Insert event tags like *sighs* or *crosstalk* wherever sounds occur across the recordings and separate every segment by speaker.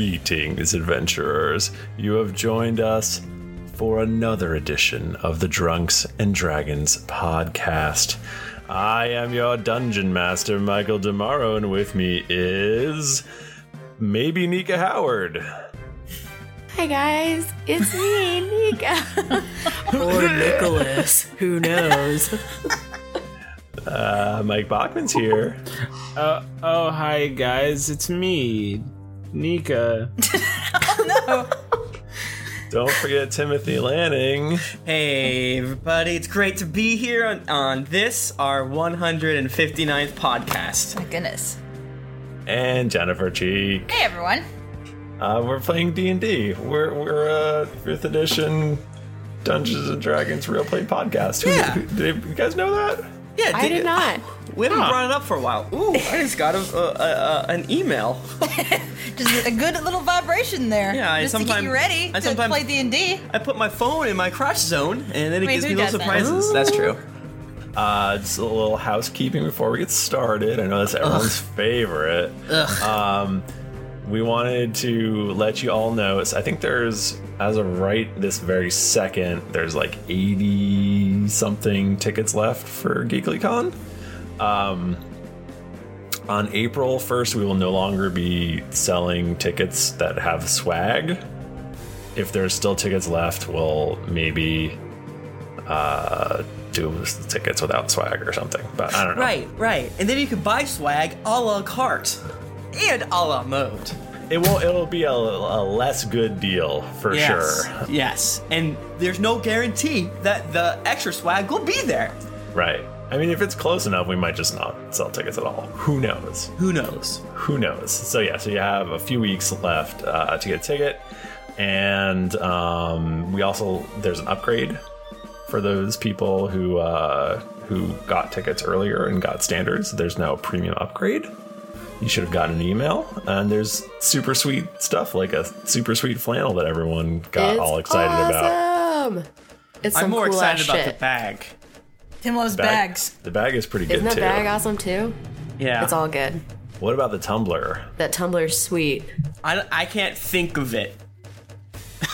Speaker 1: Greetings, adventurers. You have joined us for another edition of the Drunks and Dragons podcast. I am your dungeon master, Michael Demaro, and with me is maybe Nika Howard.
Speaker 2: Hi guys, it's me, Nika.
Speaker 3: or Nicholas. Who knows?
Speaker 1: Uh, Mike Bachman's here.
Speaker 4: Uh, oh, hi guys, it's me, Nika.
Speaker 1: Don't forget Timothy Lanning.
Speaker 5: Hey, everybody, it's great to be here on, on this, our 159th podcast.
Speaker 6: My goodness.
Speaker 1: and Jennifer Cheek.
Speaker 6: Hey everyone.
Speaker 1: Uh, we're playing D and D. We're we're uh, fifth edition Dungeons and Dragons real play podcast. Who-
Speaker 5: Yeah.
Speaker 1: who- did you guys know that?
Speaker 5: Yeah,
Speaker 2: I did not.
Speaker 5: *sighs* We
Speaker 1: Ah.
Speaker 5: haven't brought it up for a while. Ooh, I just got a, a, a, a- an email.
Speaker 6: Just a good little vibration there.
Speaker 5: Yeah, I
Speaker 6: just to
Speaker 5: sometime-
Speaker 6: get you ready
Speaker 5: I
Speaker 6: to
Speaker 5: sometime-
Speaker 6: play D and D.
Speaker 5: I put my phone in my crash zone, and then it
Speaker 6: Wait,
Speaker 5: gives
Speaker 6: who
Speaker 5: me little
Speaker 6: does that?
Speaker 5: surprises. That's true.
Speaker 1: Uh, just a little housekeeping before we get started. I know that's everyone's favorite. Um, we wanted to let you all know. So I think there's, as of right this very second, there's like 80 something tickets left for GeeklyCon. Um, on April 1st, we will no longer be selling tickets that have swag. If there's still tickets left, we'll maybe uh, do tickets without swag or something. But I don't know.
Speaker 5: Right, right. And then you can buy swag a la carte and a la mode.
Speaker 1: It won't. It'll be a, a less good deal for sure.
Speaker 5: Yes. And there's no guarantee that the extra swag will be there.
Speaker 1: Right. I mean, if it's close enough, we might just not sell tickets at all. Who knows?
Speaker 5: Who knows?
Speaker 1: Who knows? So yeah. So you have a few weeks left uh, to get a ticket, and um, we also there's an upgrade for those people who uh, who got tickets earlier and got standards. There's now a premium upgrade. You should have gotten an email, and there's super sweet stuff like a super sweet flannel that everyone *laughs* got
Speaker 2: It's
Speaker 1: all excited about.
Speaker 2: awesome. It's some
Speaker 5: I'm more
Speaker 2: cool
Speaker 5: excited
Speaker 2: ass
Speaker 5: about
Speaker 2: shit.
Speaker 5: the bag.
Speaker 6: Tim loves
Speaker 1: bag-
Speaker 6: bags.
Speaker 1: The bag is pretty
Speaker 2: Isn't
Speaker 1: good
Speaker 2: that
Speaker 1: too.
Speaker 2: bag awesome too?
Speaker 5: Yeah.
Speaker 2: It's all good.
Speaker 1: What about the tumbler?
Speaker 2: That tumbler's sweet.
Speaker 5: I, I can't think of it.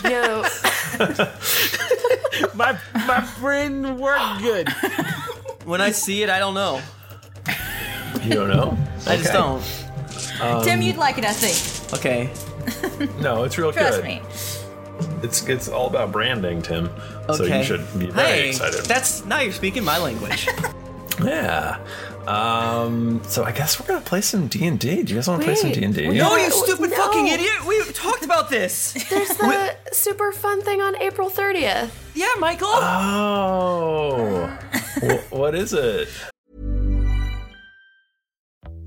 Speaker 2: You know,
Speaker 4: *laughs* My my brain worked good.
Speaker 5: When I see it, I don't know.
Speaker 1: You don't know?
Speaker 5: I just don't.
Speaker 1: Okay. Um,
Speaker 5: Um,
Speaker 6: Tim, you'd like it, I think.
Speaker 5: Okay.
Speaker 1: No, it's real
Speaker 6: Trust
Speaker 1: good.
Speaker 6: me.
Speaker 1: It's it's all about branding, Tim. So
Speaker 5: Okay.
Speaker 1: you should be very
Speaker 5: Hey,
Speaker 1: excited.
Speaker 5: that's now you're speaking my language.
Speaker 1: yeah. Um, so I guess we're gonna play some D and D. Do you guys want to play some
Speaker 2: Wait,
Speaker 1: D and D?
Speaker 2: we-
Speaker 5: no, you
Speaker 2: No, *laughs*
Speaker 5: stupid
Speaker 2: no.
Speaker 5: fucking idiot. We talked about this. *laughs*
Speaker 2: there's the super fun thing on April 30th.
Speaker 5: yeah, Michael.
Speaker 1: Oh. Wh- what is it?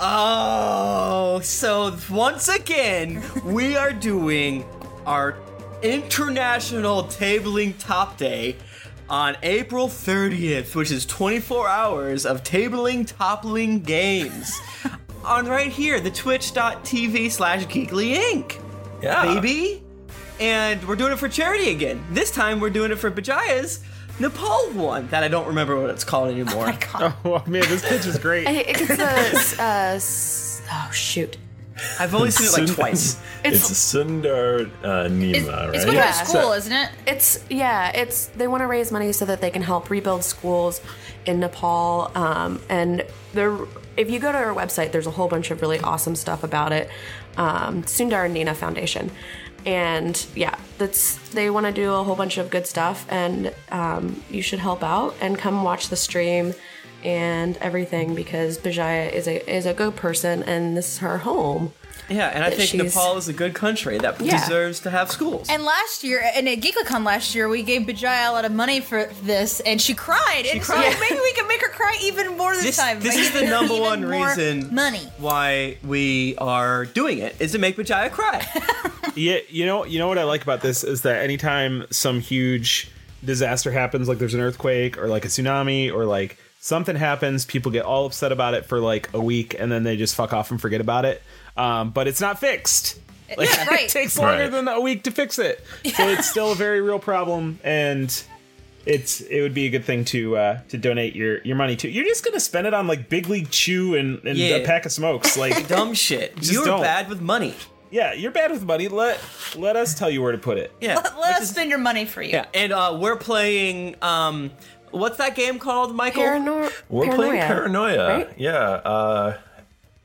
Speaker 5: Oh, so once again, we are doing our international tabling top day on April 30th, which is 24 hours of tabling toppling games on right here, the twitch.tv slash geekly inc.
Speaker 1: Yeah.
Speaker 5: Baby. And we're doing it for charity again. This time we're doing it for Bajaya's Nepal one that I don't remember what it's called anymore.
Speaker 4: *laughs* Oh, man, this pitch is great.
Speaker 2: I, it's
Speaker 6: *laughs*
Speaker 2: a. uh, s- oh, shoot.
Speaker 5: I've only seen it like twice.
Speaker 1: *laughs* It's, Sundar uh, Nima, right?
Speaker 6: It's going to school, isn't it?
Speaker 2: It's yeah. It's they want to raise money so that they can help rebuild schools in Nepal. Um, and there, if you go to our website, there's a whole bunch of really awesome stuff about it. Um, Sundar Nina Foundation, and yeah, that's they want to do a whole bunch of good stuff, and um, you should help out and come watch the stream and everything because Bajaya is a is a good person, and this is her home.
Speaker 5: Yeah, and I
Speaker 2: that
Speaker 5: think
Speaker 2: she's-
Speaker 5: Nepal is a good country that
Speaker 2: Yeah.
Speaker 5: deserves to have schools.
Speaker 6: And last year, and at GeeklyCon last year, we gave Bajaya a lot of money for this, and she cried. and
Speaker 5: cried.
Speaker 6: so maybe we can make her cry even more this,
Speaker 5: This,
Speaker 6: time.
Speaker 5: this
Speaker 6: Like,
Speaker 5: is the
Speaker 6: *laughs*
Speaker 5: number
Speaker 6: even
Speaker 5: one
Speaker 6: more *laughs*
Speaker 5: reason
Speaker 6: Money.
Speaker 5: why we are doing it is to make Bajaya cry.
Speaker 4: yeah, you know, you know what I like about this is that anytime some huge disaster happens, like there's an earthquake or like a tsunami or like something happens, people get all upset about it for like a week and then they just fuck off and forget about it. Um, but it's not fixed. Like, *laughs*
Speaker 6: Yeah, right.
Speaker 4: it takes longer
Speaker 6: Right.
Speaker 4: than a week to fix it, so
Speaker 6: *laughs*
Speaker 4: it's still a very real problem, and it's it would be a good thing to uh, to donate your your money to. You're just gonna spend it on like big league chew and, and
Speaker 5: Yeah.
Speaker 4: a pack of smokes, *laughs* like
Speaker 5: dumb shit.
Speaker 4: Just
Speaker 5: You're
Speaker 4: don't.
Speaker 5: bad with money.
Speaker 4: Yeah, you're bad with money. Let let us tell you where to put it.
Speaker 5: Yeah.
Speaker 6: Let, let us spend your money for you.
Speaker 5: Yeah, and uh, we're playing. Um, what's that game called, Michael?
Speaker 2: Paranor-
Speaker 1: We're playing Paranoia.
Speaker 5: right?
Speaker 1: Yeah. Uh,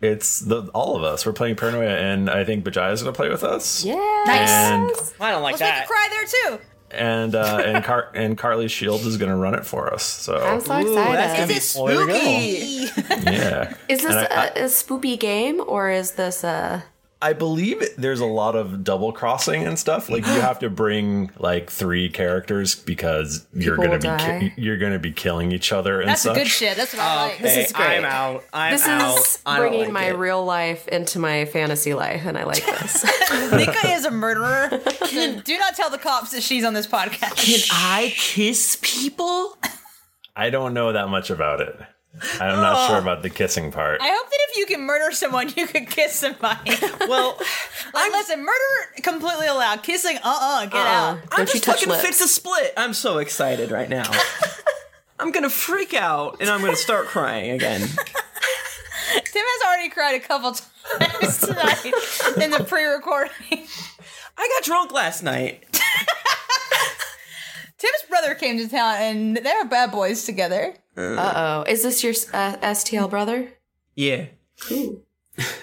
Speaker 1: it's the all of us. We're playing Paranoia, and I think Bajaya's going to play with us. And
Speaker 5: I don't like
Speaker 6: Let's make her cry there too.
Speaker 1: and uh, and, Car- *laughs* and Carly Shields is going to run it for us. So
Speaker 2: I'm so Ooh, excited. that's gonna Is be- it
Speaker 1: Way to go.
Speaker 6: spooky? *laughs*
Speaker 1: Yeah.
Speaker 2: Is this
Speaker 1: And I- I-
Speaker 2: a, a spoopy game or is this a?
Speaker 1: I believe it- there's a lot of double crossing and stuff.
Speaker 2: *gasps*
Speaker 1: Like you have to bring like three characters because you're
Speaker 2: People
Speaker 1: gonna
Speaker 2: will
Speaker 1: be
Speaker 2: die.
Speaker 1: ki- you're gonna be killing each other and
Speaker 6: That's
Speaker 1: such.
Speaker 6: good shit. That's what
Speaker 5: Ah,
Speaker 6: I like.
Speaker 2: This is great.
Speaker 5: I'm out. I'm
Speaker 2: this
Speaker 5: out.
Speaker 2: is
Speaker 5: I don't
Speaker 2: bringing
Speaker 5: like
Speaker 2: my
Speaker 5: it.
Speaker 2: real life into my fantasy life, and I like
Speaker 5: *laughs*
Speaker 2: this.
Speaker 6: *laughs* Nika is a murderer. So do not tell the cops that she's on this podcast. Can
Speaker 5: I kiss people?
Speaker 1: I don't know that much about it. I'm not
Speaker 6: Oh.
Speaker 1: sure about the kissing part.
Speaker 6: I hope that if you can murder someone, you could kiss
Speaker 2: *laughs*
Speaker 6: somebody. *laughs*
Speaker 5: well,
Speaker 6: like, listen, murder completely allowed. Kissing, uh, uh
Speaker 2: Uh-uh.
Speaker 5: Uh-uh.
Speaker 6: get out.
Speaker 5: I'm just fucking fit to split. I'm so excited right
Speaker 6: *laughs*
Speaker 5: now. I'm gonna freak out and I'm gonna start
Speaker 6: *laughs*
Speaker 5: crying again.
Speaker 6: Tim has already cried a couple *laughs* times tonight in the pre-recording. *laughs*
Speaker 5: I got drunk last night.
Speaker 6: Tim's brother came to town, and they were bad boys together.
Speaker 2: Uh oh, is this your uh, STL brother?
Speaker 5: Yeah.
Speaker 4: *laughs*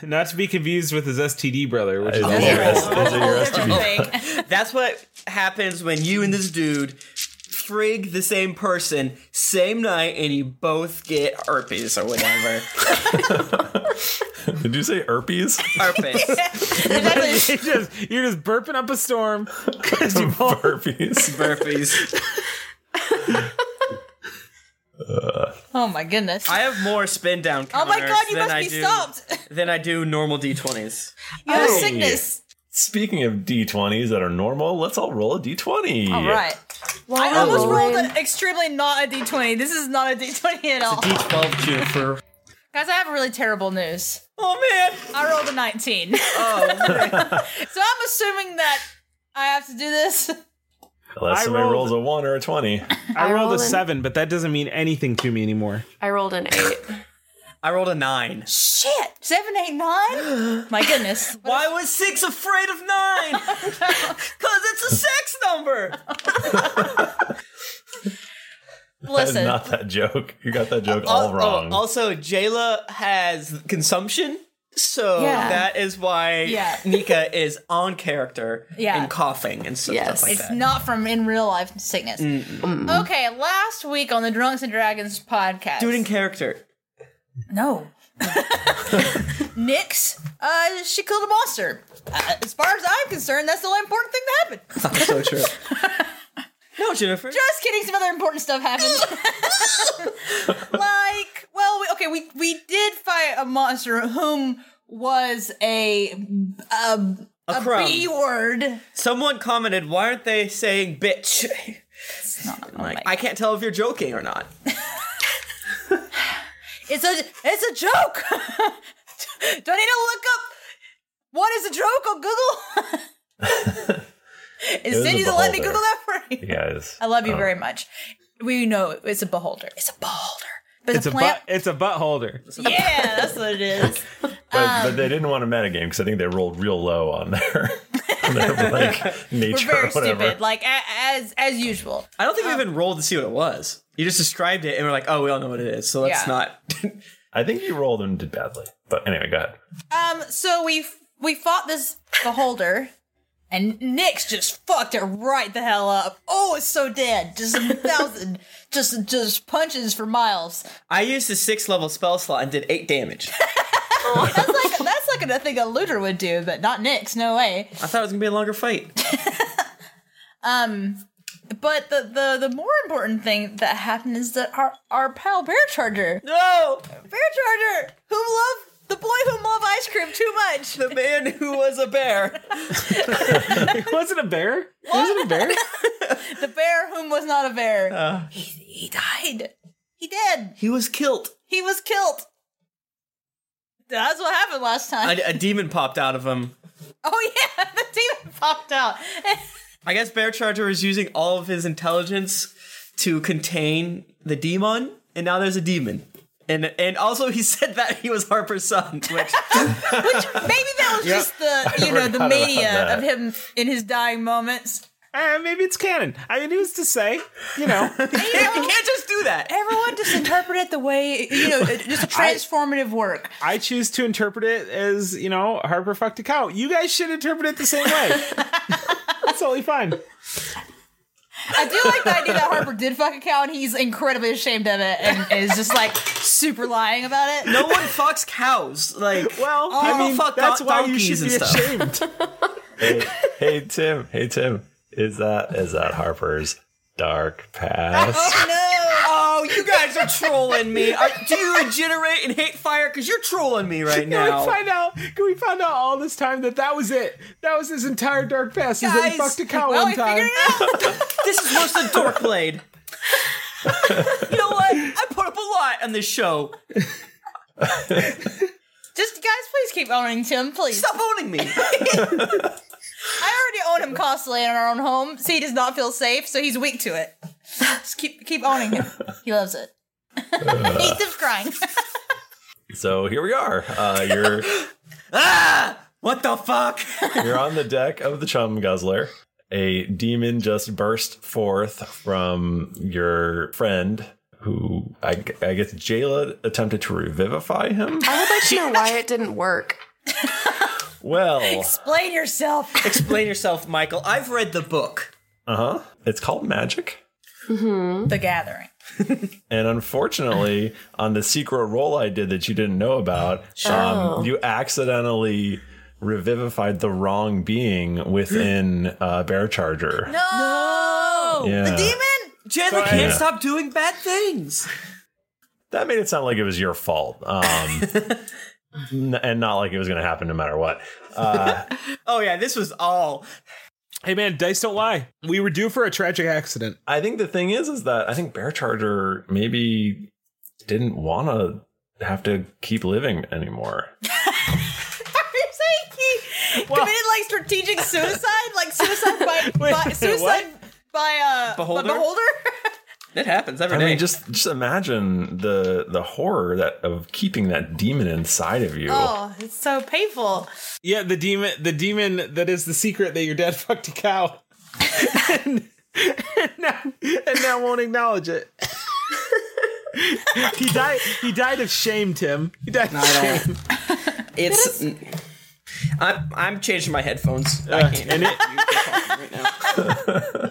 Speaker 4: Not to be confused with his STD brother, which is
Speaker 6: Oh,
Speaker 1: Is it your S- is it your
Speaker 5: *laughs*
Speaker 1: STD?
Speaker 5: That's what happens when you and this dude frig the same person same night and you both get herpes
Speaker 6: *laughs*
Speaker 5: or whatever.
Speaker 1: Did you say herpes?
Speaker 6: *laughs*
Speaker 5: herpes.
Speaker 1: *laughs*
Speaker 4: *laughs* you're, just, you're just burping up a storm because you both
Speaker 1: burpees.
Speaker 5: *laughs* burpees.
Speaker 6: Oh my goodness!
Speaker 5: I have more spin down.
Speaker 6: Oh my
Speaker 5: counters
Speaker 6: God, you
Speaker 5: than
Speaker 6: must
Speaker 5: I
Speaker 6: be
Speaker 5: do-
Speaker 6: stopped. *laughs*
Speaker 5: Than I do normal d20s.
Speaker 6: You
Speaker 5: Oh.
Speaker 6: have a
Speaker 1: Hey.
Speaker 6: sickness.
Speaker 1: Speaking of D20s that are normal, let's all roll a D20.
Speaker 6: All right.
Speaker 2: Why
Speaker 6: I almost
Speaker 1: rolling?
Speaker 6: rolled an extremely not a d20. This is not a d20 at all.
Speaker 5: D12 Jennifer.
Speaker 6: Guys, I have really terrible news.
Speaker 5: Oh man!
Speaker 6: I rolled a 19.
Speaker 5: Oh.
Speaker 6: *laughs* so I'm assuming that I have to do this.
Speaker 1: Unless
Speaker 4: I
Speaker 1: somebody
Speaker 4: rolled-
Speaker 1: rolls a one or a twenty.
Speaker 4: I rolled a
Speaker 6: rolled an-
Speaker 4: seven, but that doesn't mean anything to me anymore.
Speaker 2: I rolled an eight.
Speaker 5: I rolled a nine.
Speaker 6: *gasps* Shit! Seven, eight, nine? My goodness.
Speaker 5: *gasps* Why was six afraid of
Speaker 6: *laughs*
Speaker 5: nine?
Speaker 2: *laughs*
Speaker 5: Because it's a sex *laughs* number.
Speaker 1: That is not that joke. You got that
Speaker 6: Uh,
Speaker 1: joke all
Speaker 5: Al-
Speaker 1: wrong.
Speaker 5: oh, also, Jayla has consumption, so
Speaker 6: Yeah.
Speaker 5: that is why
Speaker 6: Yeah.
Speaker 5: Nika is on character
Speaker 6: Yeah.
Speaker 5: and coughing and stuff, like
Speaker 6: it's
Speaker 5: that. Mm.
Speaker 6: not from in real life sickness.
Speaker 5: Mm-mm.
Speaker 6: Okay, last week on the Drunks and Dragons podcast.
Speaker 5: Do it in character.
Speaker 6: No. *laughs* Nyx, uh, she killed a monster. Uh, as far as I'm concerned, that's the only important thing that happened. *laughs*
Speaker 5: so true. No, Jennifer.
Speaker 6: Just kidding. Some other important stuff happened. like, well, we, okay, we we did fight a monster whom was a a,
Speaker 5: A crumb.
Speaker 6: B word.
Speaker 5: Someone commented, "Why aren't they saying bitch?" *laughs* I'm like, I can't tell if you're joking
Speaker 6: *laughs*
Speaker 5: or not.
Speaker 6: It's a it's a joke. *laughs* Do I need to look up what is a joke on Google?
Speaker 1: It was
Speaker 6: Is
Speaker 1: a
Speaker 6: Cindy to let me
Speaker 1: beholder.
Speaker 6: Google that for you?
Speaker 1: *laughs* You guys.
Speaker 6: I love you
Speaker 1: Oh.
Speaker 6: very much. We know it's a beholder. It's a beholder. But
Speaker 4: it's a
Speaker 6: plant-
Speaker 4: butt. It's a butt holder.
Speaker 6: Yeah, that's what it is.
Speaker 1: But, but they didn't want to metagame because I think they rolled real low on their,
Speaker 6: *laughs*
Speaker 1: on their like nature
Speaker 6: We're very
Speaker 1: or whatever.
Speaker 6: stupid, like a- as as usual.
Speaker 5: I don't think
Speaker 6: Um,
Speaker 5: we even rolled to see what it was. You just described it, and we're like, "Oh, we all know what it is." So let's
Speaker 6: Yeah.
Speaker 5: not.
Speaker 1: *laughs* I think you rolled and did badly. But anyway, go ahead.
Speaker 6: Um, so we f- we fought this beholder, and Nyx just fucked it right the hell up. Oh, it's so dead. Just
Speaker 5: *laughs*
Speaker 6: a thousand, just just punches for miles.
Speaker 5: I used a six level spell slot and did
Speaker 6: *laughs*
Speaker 5: eight damage.
Speaker 6: That's like that's like a thing a looter would do, but not Nyx. No way.
Speaker 5: I thought it was gonna be a longer fight.
Speaker 6: Um, but the the the more important thing that happened is that our our pal Bear Charger,
Speaker 5: no
Speaker 6: Bear Charger, who loved the boy who loved ice cream too much,
Speaker 5: the man who was
Speaker 6: *laughs*
Speaker 5: a bear,
Speaker 4: *laughs* was it a bear? Was it a
Speaker 1: *laughs*
Speaker 4: bear?
Speaker 6: the bear whom was not a bear,
Speaker 4: Uh.
Speaker 6: he, he died. He did.
Speaker 5: He
Speaker 6: *laughs*
Speaker 5: was killed.
Speaker 6: He was killed. That's what happened last time.
Speaker 5: A, a demon popped out of him.
Speaker 6: *laughs* oh yeah, *laughs* the demon popped out.
Speaker 5: I guess Bear Charger is using all of his intelligence to contain the demon, and now there's a demon. And and also he *laughs* said that he was Harper's son,
Speaker 6: *laughs*
Speaker 5: which
Speaker 6: Maybe that was
Speaker 5: Yep.
Speaker 6: just the
Speaker 5: *laughs* I
Speaker 6: you know
Speaker 5: forgot
Speaker 6: the
Speaker 5: about
Speaker 6: mania
Speaker 5: that.
Speaker 6: of him in his dying moments.
Speaker 4: Uh, maybe it's canon. I mean, who's to say? You
Speaker 1: *laughs*
Speaker 4: know,
Speaker 5: you can't just do that.
Speaker 6: Everyone just interpret it the way you
Speaker 5: *laughs*
Speaker 6: know, it- just a transformative work.
Speaker 4: I choose to interpret it as you know Harper fucked a cow. You guys should interpret it the same
Speaker 6: *laughs*
Speaker 4: way. That's totally fine.
Speaker 6: I do like the idea that Harper did fuck a cow and he's incredibly ashamed of it and is just like super lying about it.
Speaker 5: no one fucks cows. Like well,
Speaker 6: I
Speaker 5: people
Speaker 6: mean,
Speaker 5: fuck
Speaker 6: that's
Speaker 5: don-
Speaker 6: why you
Speaker 5: donkeys
Speaker 6: should
Speaker 5: and
Speaker 6: be
Speaker 5: stuff.
Speaker 6: *laughs*
Speaker 1: Hey, hey Tim. Hey Tim. Is that is that Harper's dark past?
Speaker 5: Oh, you guys are trolling me. Are, do you regenerate and hate fire? Because *laughs* you're trolling me right
Speaker 4: Can
Speaker 5: now.
Speaker 4: we find out? Can we find out all this time that that was it? That was his entire dark past. Is that he
Speaker 5: Guys,
Speaker 4: fucked a cow
Speaker 5: well,
Speaker 4: one
Speaker 5: we
Speaker 4: time?
Speaker 5: figured
Speaker 4: *laughs*
Speaker 5: this is worse than Dork Blade. you know what? I put up a lot on this show.
Speaker 6: Just guys, please keep owning Tim, please.
Speaker 5: Stop
Speaker 6: *laughs*
Speaker 5: owning me. *laughs*
Speaker 6: I already own him constantly in our own home, so he does not feel safe, so he's weak to it. Just keep keep owning him. He loves it. *laughs* he keeps crying.
Speaker 1: So here we are. Uh, you're
Speaker 5: ah, what the fuck?
Speaker 1: you're on the deck of the Chum Guzzler. A demon just burst forth from your friend, who I, g- I guess Jayla attempted to revivify him.
Speaker 2: I would like to know why it didn't work.
Speaker 1: Well,
Speaker 6: Explain yourself.
Speaker 5: *laughs* Explain yourself, Michael. I've read the book.
Speaker 1: uh huh. It's called magic.
Speaker 6: The gathering. *laughs*
Speaker 1: And unfortunately, on the secret roll I did that you didn't know about,
Speaker 6: Oh.
Speaker 1: um, you accidentally revivified the wrong being within uh, Bear Charger.
Speaker 6: No.
Speaker 1: Yeah. The
Speaker 6: demon?
Speaker 5: Jayla
Speaker 1: Sorry.
Speaker 5: can't
Speaker 1: Yeah.
Speaker 5: stop doing bad things.
Speaker 1: That made it sound like it was your fault,
Speaker 4: *laughs*
Speaker 1: um, n- and not like it was going to happen no matter what.
Speaker 4: *laughs*
Speaker 1: Uh,
Speaker 5: Oh yeah, this was all.
Speaker 4: Hey man, dice don't lie. We were due for a tragic accident.
Speaker 1: I think the thing is, is that I think Bear Charger maybe didn't want to have to keep living anymore.
Speaker 6: You're saying he committed like strategic suicide, like suicide
Speaker 5: *laughs*
Speaker 6: by, by suicide by uh
Speaker 1: Beholder?
Speaker 6: By beholder?
Speaker 5: It happens every
Speaker 1: I
Speaker 5: day.
Speaker 1: mean, just just imagine the the horror that of keeping that demon inside of you.
Speaker 6: Oh, it's so painful.
Speaker 4: Yeah, the demon, the demon that is the secret that your dad *laughs* fucked a cow, and, and, now, and now won't acknowledge
Speaker 6: *laughs*
Speaker 4: it. he died. He died of shame, Tim. He died of
Speaker 5: I
Speaker 6: *laughs*
Speaker 4: shame.
Speaker 5: It's. I'm, I'm changing my headphones. I
Speaker 4: Uh,
Speaker 7: *laughs*
Speaker 5: can't.
Speaker 4: and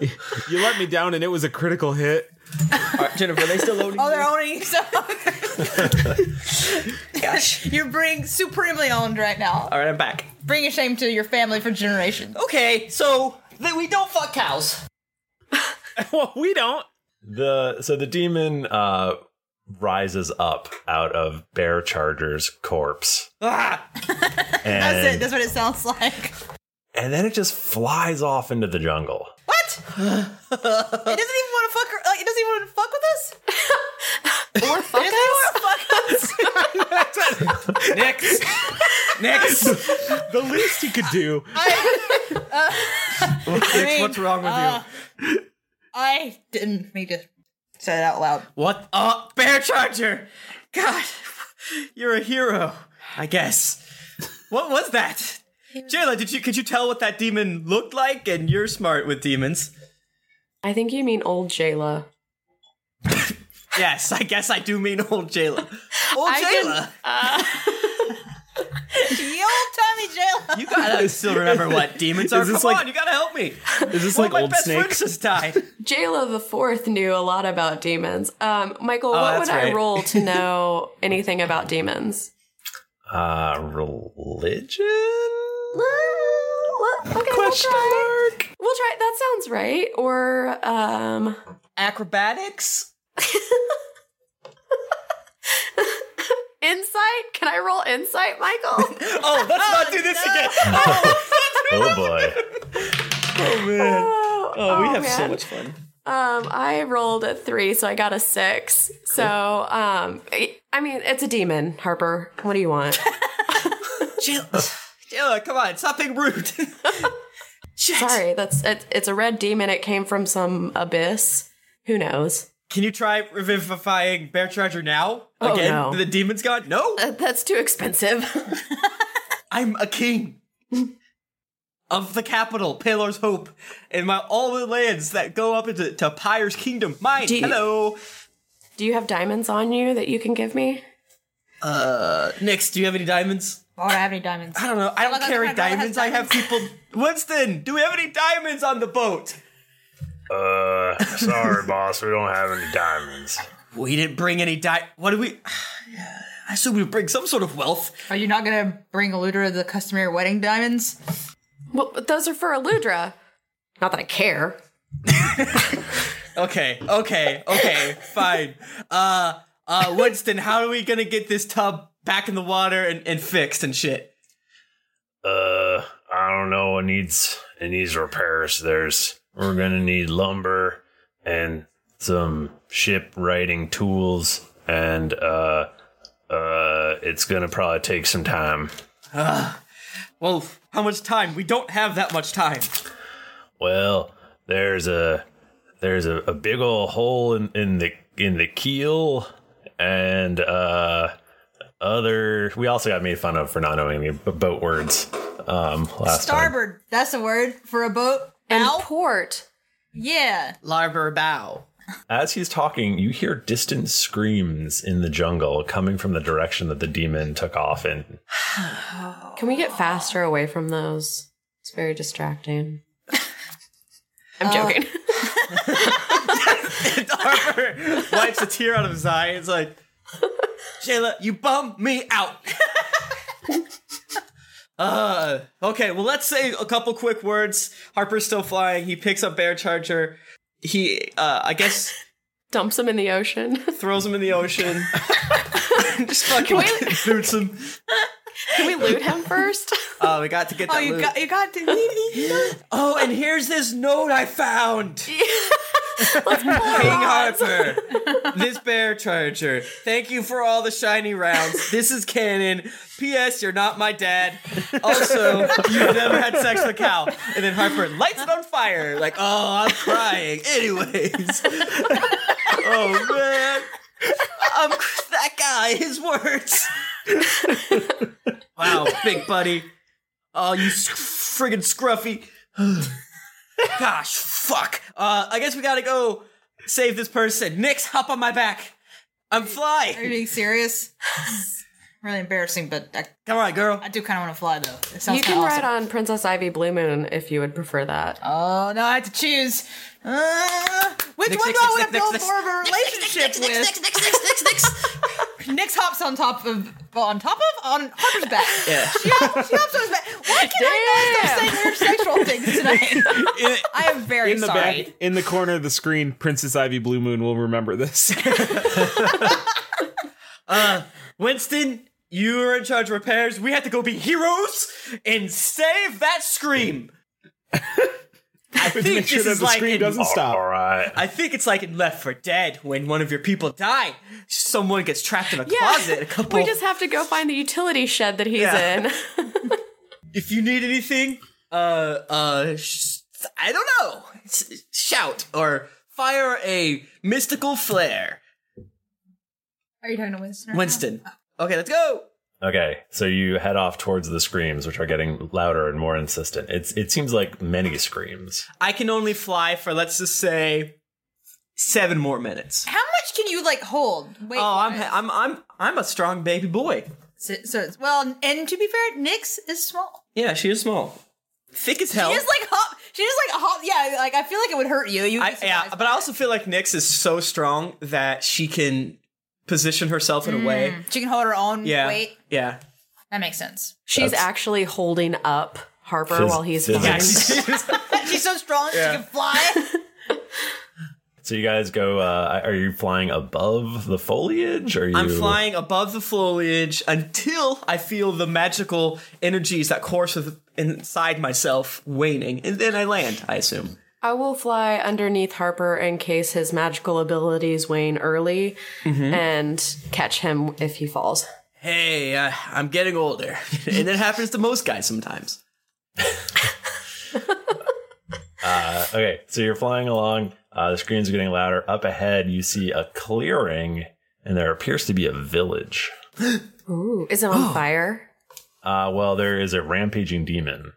Speaker 4: it, you let me down, and it was a critical hit.
Speaker 5: All right, Jennifer, are they still loading?
Speaker 6: Oh, they're owning
Speaker 5: *laughs*
Speaker 6: *laughs* you. Gosh, you're being supremely owned right now.
Speaker 5: All right, I'm back.
Speaker 6: Bringing shame to your family for generations.
Speaker 5: Okay, so then we don't fuck cows. *laughs*
Speaker 4: well, we don't.
Speaker 1: The so the demon uh, rises up out of Bear Charger's corpse,
Speaker 6: Ah,
Speaker 1: and,
Speaker 6: that's it. That's what it sounds like.
Speaker 1: and then it just flies off into the jungle.
Speaker 6: What? *laughs* it doesn't even want to fuck. Her, like, it doesn't even want to fuck with us. *laughs* or fuck us. *laughs*
Speaker 5: Next.
Speaker 7: *laughs*
Speaker 5: Next.
Speaker 4: the least you could do.
Speaker 6: I mean,
Speaker 5: what's wrong with
Speaker 6: uh, I didn't mean to say that *laughs* out loud.
Speaker 5: you? What? Oh, Bear Charger! God, *laughs* you're a hero, I guess. What
Speaker 6: *laughs*
Speaker 5: was that? Jayla, did you could you tell what that demon looked like? And you're smart with demons.
Speaker 2: I think you mean old Jayla.
Speaker 5: Yes, I guess I do mean old
Speaker 6: *laughs*
Speaker 5: Jayla. Old
Speaker 6: I can- uh,
Speaker 5: Jayla.
Speaker 6: Ye old Tommy Jail.
Speaker 5: You gotta still remember what demons are.
Speaker 4: Is this
Speaker 5: Come
Speaker 4: like-
Speaker 5: on, you gotta help me.
Speaker 4: Is this
Speaker 5: One
Speaker 4: like
Speaker 5: of my
Speaker 4: old
Speaker 5: best
Speaker 4: snake?
Speaker 5: friends just
Speaker 6: *laughs*
Speaker 5: died.
Speaker 2: Jayla the Fourth knew a lot about demons. Um, Michael,
Speaker 1: Oh,
Speaker 2: what
Speaker 1: that's
Speaker 2: would I
Speaker 1: right.
Speaker 2: roll
Speaker 5: *laughs*
Speaker 2: to know anything about demons?
Speaker 1: Uh, religion?
Speaker 2: Okay, Question we'll try. mark. We'll try. That sounds right. Or um,
Speaker 5: acrobatics.
Speaker 2: *laughs* insight. Can I roll insight, Michael?
Speaker 5: *laughs* Oh, let's not
Speaker 2: *laughs*
Speaker 5: do this again.
Speaker 1: Oh boy.
Speaker 5: Oh man. Oh, we
Speaker 2: oh,
Speaker 5: have so
Speaker 2: man.
Speaker 5: much fun.
Speaker 2: Um, I rolled a three, so I got a six. So, um, I I mean, it's a demon, Harper. What do you
Speaker 5: *laughs*
Speaker 2: want?
Speaker 5: Jayla, come on, stop being rude.
Speaker 2: Sorry, that's it, it's a red demon. It came from some abyss. Who knows?
Speaker 5: Can you try revivifying Bear Charger now?
Speaker 2: Oh,
Speaker 5: Again?
Speaker 2: no.
Speaker 5: The demon's gone? No!
Speaker 2: That- that's too expensive.
Speaker 5: *laughs* I'm a king of the capital, Palor's Hope, and my all the lands that go up into to Pyre's kingdom. Mine,
Speaker 2: Do you-
Speaker 5: hello.
Speaker 2: do you have diamonds on you that you can give me?
Speaker 5: Uh, Nyx, do you have any diamonds?
Speaker 6: Oh, I don't have any diamonds.
Speaker 5: I don't know. I don't
Speaker 6: Look, look,
Speaker 5: carry
Speaker 6: my brother
Speaker 5: diamonds.
Speaker 6: has
Speaker 5: I have people. Winston, do we have any diamonds on the boat?
Speaker 1: Uh, sorry, *laughs* boss. We don't have any diamonds.
Speaker 5: We didn't bring any di. What do we? *sighs* I assume we bring some sort of wealth.
Speaker 6: Are you not gonna bring Eludra the customary wedding diamonds?
Speaker 2: Well, but those are for Eludra. Not that I care.
Speaker 5: Okay, okay, okay, fine. Uh, uh, Winston, how are we gonna get this tub back in the water and, and fixed and shit?
Speaker 1: Uh, I don't know. It needs it needs repairs. There's we're gonna need lumber and some ship writing tools, and uh, uh, it's gonna probably take some time.
Speaker 5: Ugh. well, how much time? We don't have that much time.
Speaker 1: Well, there's a there's a, a big old hole in, in the in the keel, and uh, other. We also got made fun of for not knowing the boat words. Um, last time.
Speaker 6: Starboard. That's a word for a boat.
Speaker 2: And port.
Speaker 6: Yeah.
Speaker 5: Larbour *laughs* bow.
Speaker 1: As he's talking, you hear distant screams in the jungle coming from the direction that the demon took off in.
Speaker 2: Can we get faster away from those? It's very
Speaker 5: *laughs*
Speaker 2: distracting. I'm
Speaker 6: Uh,
Speaker 2: joking.
Speaker 5: Larbour wipes a tear out of his eye. It's like, Shayla, you bum me out. *laughs* uh, okay, well, let's say a couple quick words. Harper's still flying. He picks up Bear Charger. He, uh, I guess,
Speaker 2: Dumps them in the ocean.
Speaker 5: *laughs* throws him in the ocean. Just
Speaker 2: Can
Speaker 5: fucking
Speaker 2: we-
Speaker 6: *laughs*
Speaker 5: boots him.
Speaker 2: Can we loot him first?
Speaker 5: *laughs* Oh, we got to get that
Speaker 6: Oh, you
Speaker 5: loot.
Speaker 6: got you got to.
Speaker 5: *gasps* Oh, and here's this note
Speaker 6: *laughs*
Speaker 5: I found. King Harper, *laughs* this bear charger. Thank you for all the shiny rounds. This is canon. P.S. You're not my dad. Also, you've never had sex with a cow. And then Harper lights it on fire. Like, oh, I'm crying. Anyways, *laughs* oh man, I'm cr- that guy. His words. wow, big buddy. Oh, you sc- friggin' scruffy. *sighs* Gosh, fuck. Uh, I guess we gotta go save this person. Nix, hop on my back. I'm
Speaker 6: Are you
Speaker 5: fly.
Speaker 6: being serious? It's really embarrassing, but I,
Speaker 5: Come on, girl.
Speaker 6: I do kind of want to fly though. It sounds
Speaker 2: you can
Speaker 6: kinda
Speaker 2: ride
Speaker 6: awesome.
Speaker 2: on Princess Ivy Blue Moon if you would prefer that.
Speaker 6: Oh no, I have to choose. Uh, we Which
Speaker 5: Nix,
Speaker 6: one
Speaker 5: nix,
Speaker 6: do I
Speaker 5: nix,
Speaker 6: want to
Speaker 5: nix,
Speaker 6: build
Speaker 5: nix,
Speaker 6: more of a relationship with? Nix, Nix, Nix, Nix, Nix. Nix hops on top of on top of on Harper's back.
Speaker 5: Yeah.
Speaker 6: She, hops, she hops on his back. Why can I not stop saying weird sexual
Speaker 2: *laughs*
Speaker 6: things
Speaker 5: *laughs*
Speaker 6: tonight? I am very
Speaker 7: in the
Speaker 6: sorry.
Speaker 7: back, in the corner of the screen, Princess Ivy Blue Moon will remember this.
Speaker 5: Uh, Winston, you are in charge of repairs. We have to go be heroes and save
Speaker 7: *laughs*
Speaker 5: that scream. I think
Speaker 7: make sure
Speaker 5: this
Speaker 7: that
Speaker 5: is
Speaker 7: the
Speaker 5: like
Speaker 7: scream
Speaker 5: in-
Speaker 7: doesn't stop. All
Speaker 1: right.
Speaker 5: I think it's like in Left for Dead when one of your people die, someone gets trapped in a closet. A couple.
Speaker 2: *laughs* We just have to go find the utility shed that he's
Speaker 5: Yeah. *laughs*
Speaker 2: in.
Speaker 5: if you need anything, uh, uh, sh- I don't know. S- shout or fire a mystical flare.
Speaker 6: Are you talking to Winston?
Speaker 2: Uh-huh.
Speaker 5: Winston. Okay, let's go.
Speaker 1: Okay, so you head off towards the screams, which are getting louder and more insistent. It's it seems like many screams.
Speaker 5: I can only fly for let's just say seven more minutes.
Speaker 6: How much can you like hold? Wait.
Speaker 5: Oh, I'm I'm I'm I'm a strong baby boy.
Speaker 6: So, so it's, well, and to be fair, Nyx is small.
Speaker 5: Yeah, she is small, thick as hell.
Speaker 6: She is like hop. She is like a hop. Yeah, like I feel like it would hurt you. You. would
Speaker 5: I,
Speaker 6: be
Speaker 5: yeah, but I also feel like Nyx is so strong that she can position herself in a way.
Speaker 6: Mm. She can hold her own
Speaker 5: Yeah,
Speaker 6: weight.
Speaker 5: yeah.
Speaker 6: That makes sense.
Speaker 2: She's actually holding up Harper
Speaker 1: Phys-
Speaker 2: while he's
Speaker 1: physics.
Speaker 2: behind.
Speaker 6: *laughs* She's so strong *laughs*
Speaker 1: Yeah.
Speaker 6: she can fly.
Speaker 1: *laughs* So you guys go. Uh, are you flying above the foliage? Or are you?
Speaker 5: I'm flying above the foliage until I feel the magical energies that course with- inside myself waning, and then I land. I assume.
Speaker 2: I will fly underneath Harper in case his magical abilities wane early
Speaker 5: Mhm.
Speaker 2: and catch him if he falls.
Speaker 5: Hey, uh, I'm getting older, *laughs* and it happens to most guys sometimes.
Speaker 1: Uh, okay, so you're flying along. Uh, the screams are getting louder. Up ahead, you see a clearing, and there appears to be a village.
Speaker 2: Ooh, is it
Speaker 5: Oh.
Speaker 2: on fire?
Speaker 1: Uh, well, there is a rampaging demon.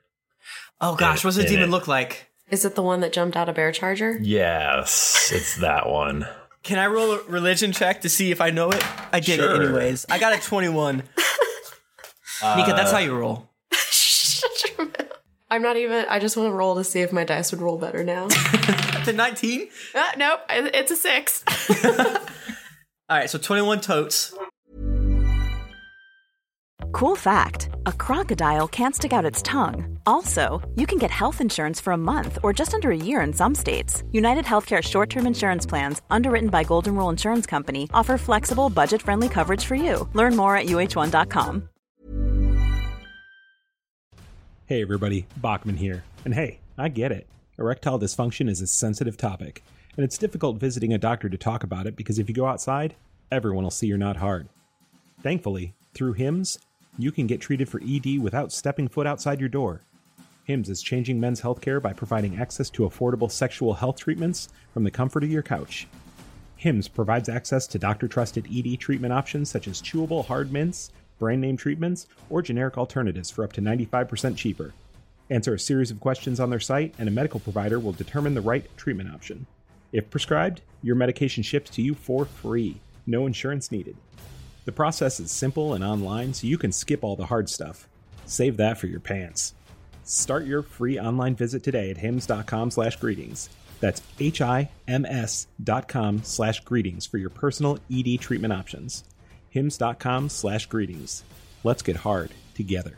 Speaker 5: Oh gosh, what's the
Speaker 1: In
Speaker 5: demon
Speaker 1: it.
Speaker 5: look like?
Speaker 2: Is it the one that jumped out of Bear Charger?
Speaker 1: Yes, it's that one.
Speaker 5: Can I roll a religion check to see if I know it? I did
Speaker 1: Sure.
Speaker 5: it anyways. I got a *laughs* 21. Nika, that's how you roll.
Speaker 2: I'm not even. I just want to roll to see if my dice would roll better
Speaker 5: *laughs*
Speaker 2: now.
Speaker 5: to 19?
Speaker 2: Uh, nope, it- it's a six.
Speaker 5: All right, so 21 totes.
Speaker 8: Cool fact a crocodile can't stick out its tongue. Also, you can get health insurance for a month or just under a year in some states. United Healthcare short term insurance plans, underwritten by Golden Rule Insurance Company, offer flexible, budget friendly coverage for you. Learn more at uh1.com.
Speaker 4: Hey, everybody, Bachman here. And hey, I get it. Erectile dysfunction is a sensitive topic, and it's difficult visiting a doctor to talk about it because if you go outside, everyone will see you're not hard. Thankfully, through HIMS, you can get treated for ED without stepping foot outside your door. HIMS is changing men's healthcare by providing access to affordable sexual health treatments from the comfort of your couch. HIMS provides access to doctor trusted ED treatment options such as chewable hard mints, brand name treatments, or generic alternatives for up to 95% cheaper. Answer a series of questions on their site, and a medical provider will determine the right treatment option. If prescribed, your medication ships to you for free, no insurance needed. The process is simple and online, so you can skip all the hard stuff. Save that for your pants. Start your free online visit today at hims.com slash greetings. That's H-I-M-S dot com slash greetings for your personal ED treatment options. hims.com slash greetings. Let's get hard together.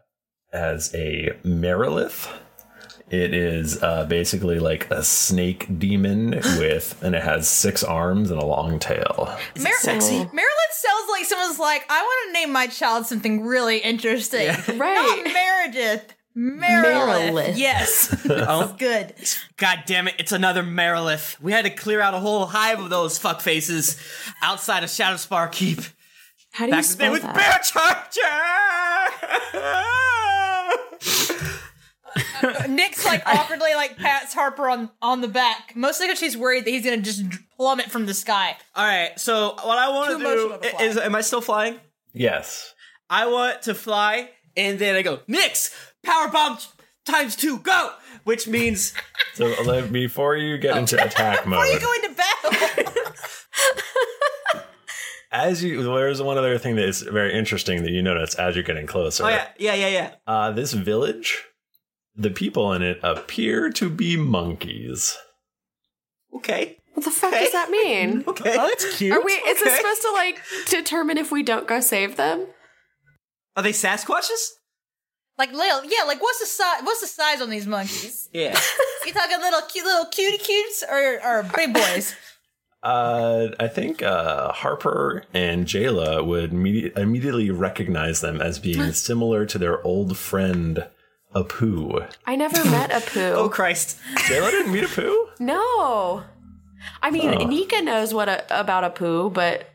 Speaker 1: as a Merilith. It is uh, basically like a snake demon with, and it has six arms and a long tail.
Speaker 6: Mar- Marilyn sounds like someone's like, I want to name my child something really interesting. Right. Not Meredith. Marilyn.
Speaker 5: Merilith.
Speaker 6: Yes.
Speaker 5: Oh.
Speaker 6: Good.
Speaker 5: God damn it, it's another Merilith. We had to clear out a whole hive of those fuckfaces outside of Shadowspar Keep.
Speaker 2: How
Speaker 5: do Back you spell with Bear Charger!
Speaker 6: Nick's like awkwardly like pats Harper on, on the back, mostly because she's worried that he's going to just plummet from the sky.
Speaker 5: All right, so what I want to do i- is, am I still flying?
Speaker 1: Yes.
Speaker 5: I want to fly, and then I go, Nix, power bomb t- times two, go! Which means
Speaker 1: So let, before you get into attack mode,
Speaker 6: going to battle.
Speaker 1: as you there's one other thing that is very interesting that you notice as you're getting closer.
Speaker 5: oh yeah, yeah, yeah, yeah.
Speaker 1: Uh, this village, the people in it appear to be monkeys.
Speaker 5: Okay.
Speaker 2: What the fuck does that mean?
Speaker 5: *laughs* Okay.
Speaker 1: Oh, that's cute.
Speaker 2: Are we is
Speaker 1: Okay.
Speaker 2: it supposed to like determine if we don't go save them?
Speaker 5: Are they Sasquatches?
Speaker 6: Like little, yeah. Like what's the size? What's the size on these monkeys?
Speaker 5: Yeah.
Speaker 6: *laughs* You talking little cute, little cutie cutes or or big boys?
Speaker 1: Uh, I think uh, Harper and Jayla would immedi- immediately recognize them
Speaker 6: *laughs*
Speaker 1: as being similar to their old friend Apu.
Speaker 2: I never met a poo. oh
Speaker 5: Christ.
Speaker 1: Jayla didn't meet Apu.
Speaker 2: No. I mean,
Speaker 1: Oh.
Speaker 2: Nika knows what a, about a poo, but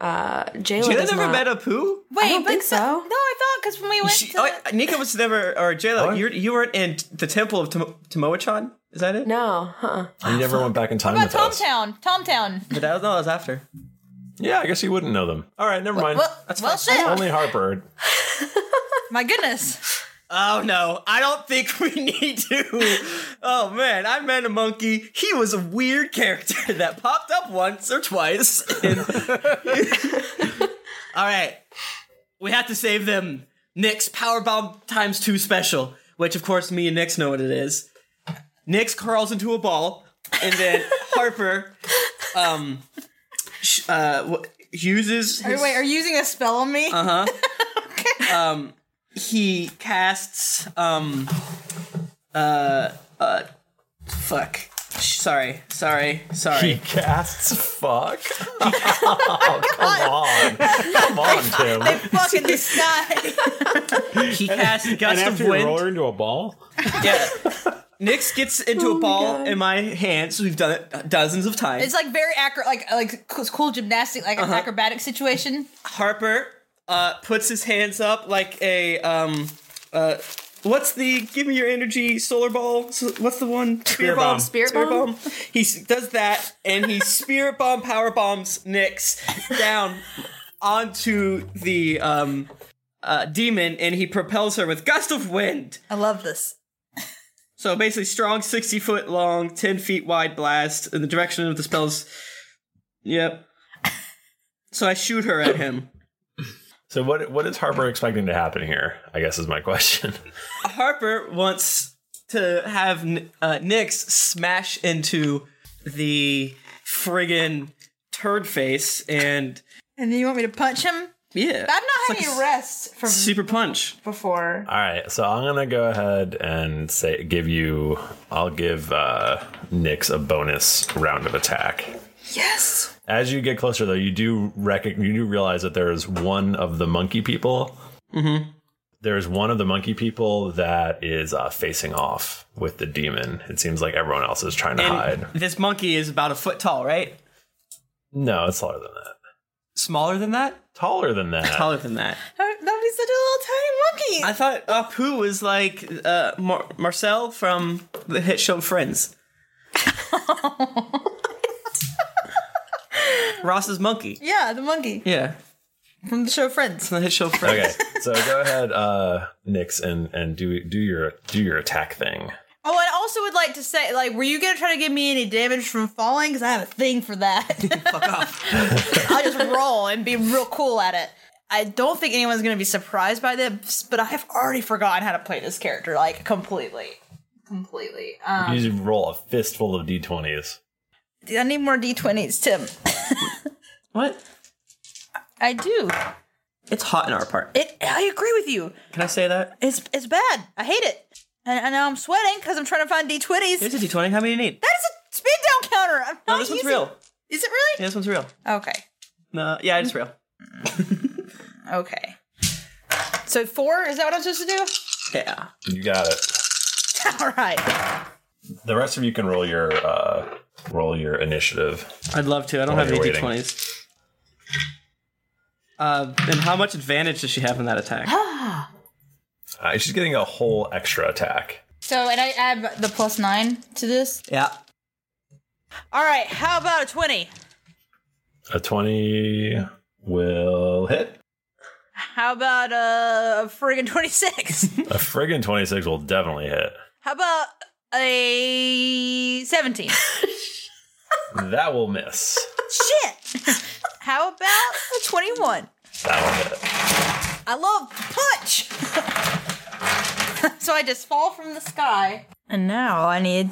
Speaker 2: uh *laughs* Jayla
Speaker 5: Jayla
Speaker 2: does
Speaker 5: never
Speaker 2: not.
Speaker 5: met a poo?
Speaker 6: Wait,
Speaker 2: I don't think so.
Speaker 6: No, I thought because when we went
Speaker 5: She,
Speaker 6: to
Speaker 5: oh, Nika was never, or
Speaker 1: Oh.
Speaker 5: Jayla, you you weren't in the Temple of Tomo- Tomoe-chan? Is that it?
Speaker 2: No, huh.
Speaker 1: He never went back in time
Speaker 6: what
Speaker 1: with
Speaker 6: about
Speaker 1: us.
Speaker 6: Tomtown, Tomtown.
Speaker 5: But that was, no, that was after.
Speaker 1: Yeah, I guess you wouldn't know them. All right, never mind.
Speaker 6: well, well, shit.
Speaker 1: Only Harper.
Speaker 6: My goodness.
Speaker 5: Oh no, I don't think we *laughs* need to. Oh man, I met a monkey. He was a weird character *laughs* that popped up once or twice. And- *laughs* All right, we have to save them. Nick's Powerbomb times two special, which of course me and Nix know what it is. Nix curls into a ball, and
Speaker 6: *laughs*
Speaker 5: then Harper um, sh- uh, w- uses
Speaker 6: Are,
Speaker 5: his.
Speaker 6: wait, are you using a spell on me?
Speaker 5: Uh huh. Um, he casts um, uh, uh, fuck. Sorry, sorry, sorry.
Speaker 1: He casts fuck. *laughs* oh, come on, come on, Tim.
Speaker 6: fucking decide.
Speaker 5: he casts
Speaker 1: And
Speaker 5: gust of
Speaker 1: after you
Speaker 5: wind.
Speaker 1: roll her into a ball,
Speaker 5: Nyx gets into a ball in my hand, so we've done it dozens of times.
Speaker 6: It's like very accurate, like like cool, cool gymnastic, like
Speaker 5: Uh-huh.
Speaker 6: acrobatic situation.
Speaker 5: Harper uh, puts his hands up like a um uh what's the give me your energy solar ball so- what's the one
Speaker 6: Spirit bomb. Spirit bomb?
Speaker 5: he s- does that and he spirit bomb power bombs Nyx down onto the um uh, demon and he propels her with gust of wind
Speaker 6: I love this.
Speaker 5: so basically strong 60 foot long 10 feet wide blast in the direction of the spells yep so i shoot her at him
Speaker 1: so what? What is Harper expecting to happen here? I guess is my question.
Speaker 5: Harper wants to have N- uh, Nyx smash into the friggin' turd face and
Speaker 6: And then you want me to punch him?
Speaker 5: Yeah.
Speaker 6: I've not had any rest from
Speaker 5: super punch
Speaker 6: before.
Speaker 1: All right, so I'm gonna go ahead and say give you. I'll give uh, Nyx a bonus round of attack.
Speaker 6: Yes.
Speaker 1: As you get closer, though, you do rec- you do realize that there is one of the monkey people.
Speaker 6: Mm-hmm.
Speaker 5: Mhm.
Speaker 1: There is one of the monkey people that is uh, facing off with the demon. It seems like everyone else is trying to hide.
Speaker 5: this monkey is about a foot tall, right?
Speaker 1: No, it's taller than that.
Speaker 5: Smaller than that?
Speaker 1: Taller than that.
Speaker 5: *laughs* Taller than that.
Speaker 6: That would be such a little tiny monkey.
Speaker 5: I thought Apu was like uh, Mar- Marcel from the hit
Speaker 6: *laughs*
Speaker 5: show Friends. Ross's monkey.
Speaker 6: yeah, the monkey
Speaker 5: Yeah.
Speaker 6: from the show Friends.
Speaker 5: From the hit show
Speaker 1: Okay,
Speaker 6: *laughs*
Speaker 1: so go ahead, uh, Nyx, and and do do your do your attack thing.
Speaker 6: Oh, I also would like to say, like, were you gonna try to give me any damage from falling? Because I have a thing for
Speaker 5: *laughs*
Speaker 6: that. Fuck off. *laughs* I'll just roll and be real cool at it. I don't think anyone's gonna be surprised by this, but I have already forgotten how to play this character, like completely, completely. Um,
Speaker 1: you just roll a fistful of d20s.
Speaker 6: I need more d20s, Tim. *laughs*
Speaker 5: what?
Speaker 6: I do.
Speaker 5: It's hot in our part.
Speaker 6: It. I agree with you.
Speaker 5: Can I say that?
Speaker 6: It's it's bad. I hate it. And, and now I'm sweating because I'm trying to find d20s.
Speaker 5: Here's a d20. How many do you need?
Speaker 6: That is a spin down counter. I'm
Speaker 5: No,
Speaker 6: not
Speaker 5: this one's
Speaker 6: using-
Speaker 5: real.
Speaker 6: Is it really?
Speaker 5: Yeah, this one's real.
Speaker 6: Okay.
Speaker 5: No, yeah, it's real.
Speaker 6: Okay. So four is that what I'm supposed to
Speaker 5: Yeah.
Speaker 1: You got it.
Speaker 6: do? *laughs* All right.
Speaker 1: The rest of you can roll your uh, roll your initiative.
Speaker 5: I'd love to. I don't
Speaker 1: While
Speaker 5: have any
Speaker 1: you're waiting.
Speaker 5: d20s. Uh, and how much advantage does she have in that attack?
Speaker 1: Uh, she's getting a whole extra attack.
Speaker 6: *gasps* so and I add the plus nine to this.
Speaker 5: Yeah.
Speaker 6: All right. How about a twenty?
Speaker 1: A 20 will hit.
Speaker 6: How about a friggin' twenty six?
Speaker 1: A friggin' 26 will definitely hit.
Speaker 6: how about a seventeen?
Speaker 1: That will miss.
Speaker 6: *laughs* Shit. *laughs* How about a twenty one?
Speaker 1: That will hit.
Speaker 6: I love punch. *laughs* so I just fall from the sky. And now I need